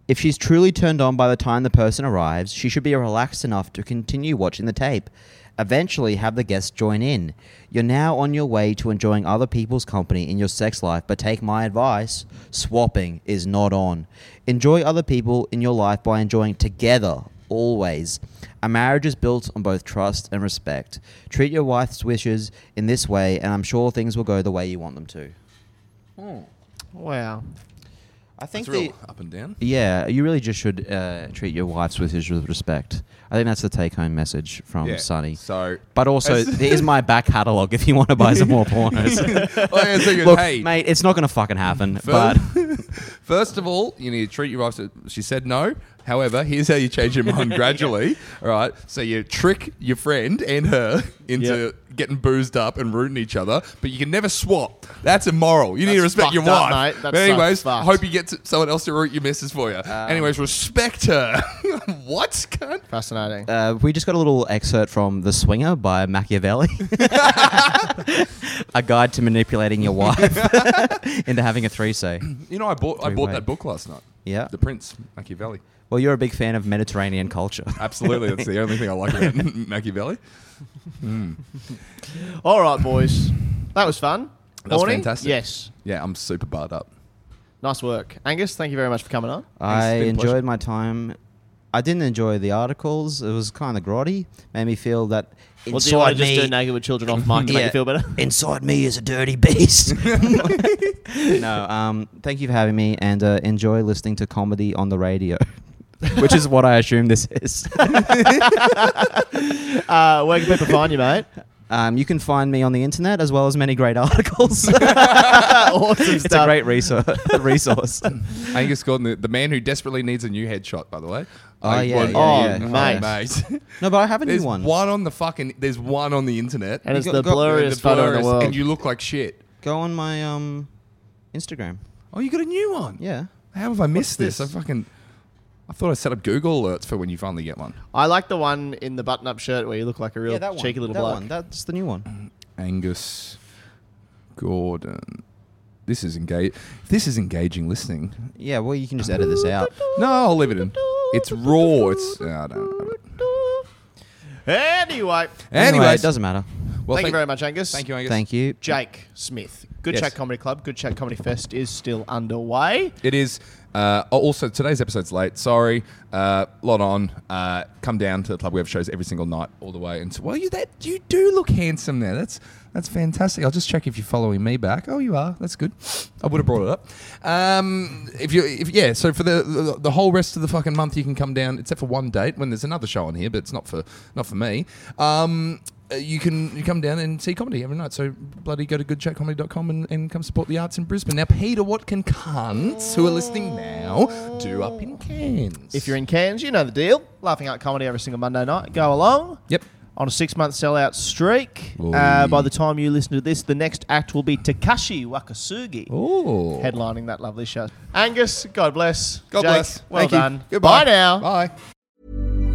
[SPEAKER 5] if she's truly turned on by the time the person arrives, she should be relaxed enough to continue watching the tape. Eventually, have the guests join in. You're now on your way to enjoying other people's company in your sex life, but take my advice swapping is not on. Enjoy other people in your life by enjoying together always. A marriage is built on both trust and respect. Treat your wife's wishes in this way, and I'm sure things will go the way you want them to.
[SPEAKER 6] Wow.
[SPEAKER 5] I think
[SPEAKER 3] It's real up and down.
[SPEAKER 5] Yeah, you really just should uh, treat your wives with his respect. I think that's the take home message from
[SPEAKER 3] Yeah.
[SPEAKER 5] Sonny.
[SPEAKER 3] So, oh,
[SPEAKER 5] But also, there is my back catalogue if you want to buy some more pornos.
[SPEAKER 3] Like I said,
[SPEAKER 5] Look,
[SPEAKER 3] hey,
[SPEAKER 5] mate, it's not going to fucking happen.
[SPEAKER 3] Phil.
[SPEAKER 5] But
[SPEAKER 3] First of all, you need to treat your wife. to- She said no. However, here's how you change your mind gradually. All right. So you trick your friend and her into getting boozed up and rooting each other, but you can never swap. That's immoral. You need to
[SPEAKER 4] That's
[SPEAKER 3] respect your
[SPEAKER 4] fucked up,
[SPEAKER 3] wife.
[SPEAKER 4] mate.
[SPEAKER 3] But
[SPEAKER 4] That's so
[SPEAKER 3] anyways, I
[SPEAKER 4] fucked. Um,
[SPEAKER 3] hope you get s- someone else to root your missus for you. anyways, respect her. what? cunt?
[SPEAKER 4] Fascinating.
[SPEAKER 5] uh, we just got a little excerpt from The Swinger by Machiavelli a guide to manipulating your wife into having a threesay.
[SPEAKER 3] You know, I bought I
[SPEAKER 5] Three
[SPEAKER 3] bought
[SPEAKER 5] way.
[SPEAKER 3] that book last night.
[SPEAKER 5] Yeah.
[SPEAKER 3] The Prince Machiavelli.
[SPEAKER 5] Well, you're a big fan of Mediterranean culture.
[SPEAKER 3] Absolutely, that's the only thing I like about Machiavelli.
[SPEAKER 4] All right, boys. That was fun.
[SPEAKER 3] That was
[SPEAKER 4] Horny?
[SPEAKER 3] fantastic.
[SPEAKER 4] Yes.
[SPEAKER 3] Yeah, I'm super barred up.
[SPEAKER 4] Nice work. Angus, thank you very much for coming on.
[SPEAKER 5] I
[SPEAKER 3] It's been a
[SPEAKER 5] enjoyed
[SPEAKER 3] pleasure.
[SPEAKER 5] my time. I didn't enjoy the articles. It was kind of grotty. Made me feel that inside
[SPEAKER 6] Well, do you want to
[SPEAKER 5] me,
[SPEAKER 6] just do naked with children off mic to make
[SPEAKER 5] Yeah.
[SPEAKER 6] you feel better?
[SPEAKER 5] inside me is a dirty beast. no, um, thank you for having me, and uh, enjoy listening to comedy on the radio, which is what I assume this is.
[SPEAKER 6] Uh, where can people find you, mate?
[SPEAKER 5] um, you can find me on the internet as well as many great articles.
[SPEAKER 6] awesome
[SPEAKER 5] it's a great resource. resource.
[SPEAKER 3] Angus Gordon, the, the man who desperately needs a new headshot, by the way.
[SPEAKER 5] Oh,
[SPEAKER 3] I
[SPEAKER 5] yeah,
[SPEAKER 3] want-
[SPEAKER 5] yeah,
[SPEAKER 3] oh,
[SPEAKER 5] yeah.
[SPEAKER 3] mate.
[SPEAKER 5] No, but I have a new
[SPEAKER 3] there's
[SPEAKER 5] one.
[SPEAKER 3] one. on the fucking. There's one on the internet.
[SPEAKER 6] And it's
[SPEAKER 5] got-
[SPEAKER 6] the
[SPEAKER 5] got-
[SPEAKER 6] blurriest photo in the
[SPEAKER 3] blurriest,
[SPEAKER 6] world.
[SPEAKER 3] And you look like shit.
[SPEAKER 5] Go on my um, Instagram.
[SPEAKER 3] Oh, you got a new one.
[SPEAKER 5] Yeah.
[SPEAKER 3] How have I missed
[SPEAKER 5] What's
[SPEAKER 3] this?
[SPEAKER 5] this?
[SPEAKER 3] I fucking. I thought I set up Google alerts for when you finally get one.
[SPEAKER 4] I like the one in the button-up shirt where you look like a real
[SPEAKER 5] yeah, that one.
[SPEAKER 4] cheeky little
[SPEAKER 5] that
[SPEAKER 4] bloke.
[SPEAKER 5] one. That's the new one.
[SPEAKER 3] Angus Gordon. This is engage. This is engaging listening.
[SPEAKER 5] Yeah. Well, you can just edit this out.
[SPEAKER 3] No, I'll leave it in. It's raw. It's. Oh, I don't know.
[SPEAKER 4] Anyway,
[SPEAKER 3] Anyways,
[SPEAKER 5] anyway, it doesn't matter.
[SPEAKER 3] Well,
[SPEAKER 4] thank you very much, Angus.
[SPEAKER 3] Thank you, Angus.
[SPEAKER 5] Thank you.
[SPEAKER 4] Jake Smith. Good
[SPEAKER 3] Yes.
[SPEAKER 4] Chat Comedy Club. Good Chat Comedy Fest is still underway.
[SPEAKER 3] It is. Uh, also, today's episode's late. Sorry. Uh, lot on. Uh, come down to the club. We have shows every single night, all the way. And so, well, you that you do look handsome there. That's that's fantastic. I'll just check if you're following me back. Oh, you are. That's good. I would have brought it up. Um, if you, if yeah. So for the, the the whole rest of the fucking month, you can come down, except for one date when there's another show on here, but it's not for not for me. Um. uh, You can you come down and see comedy every night. So bloody go to goodchatcomedy.com and, and come support the arts in Brisbane. Now, Peter Watkin cunts who are listening now do up in Cairns.
[SPEAKER 4] If you're in Cairns, you know the deal. Laughing Out Comedy every single Monday night. Go along.
[SPEAKER 3] Yep.
[SPEAKER 4] On a six-month sellout streak.
[SPEAKER 3] Oi.
[SPEAKER 4] Uh, by the time you listen to this, the next act will be Takashi Wakasugi.
[SPEAKER 3] Oh.
[SPEAKER 4] headlining that lovely show. Angus, God bless.
[SPEAKER 3] God
[SPEAKER 4] Jake,
[SPEAKER 3] bless.
[SPEAKER 4] Well
[SPEAKER 3] Thank you.
[SPEAKER 4] done.
[SPEAKER 3] Goodbye.
[SPEAKER 4] Bye now.
[SPEAKER 3] Bye.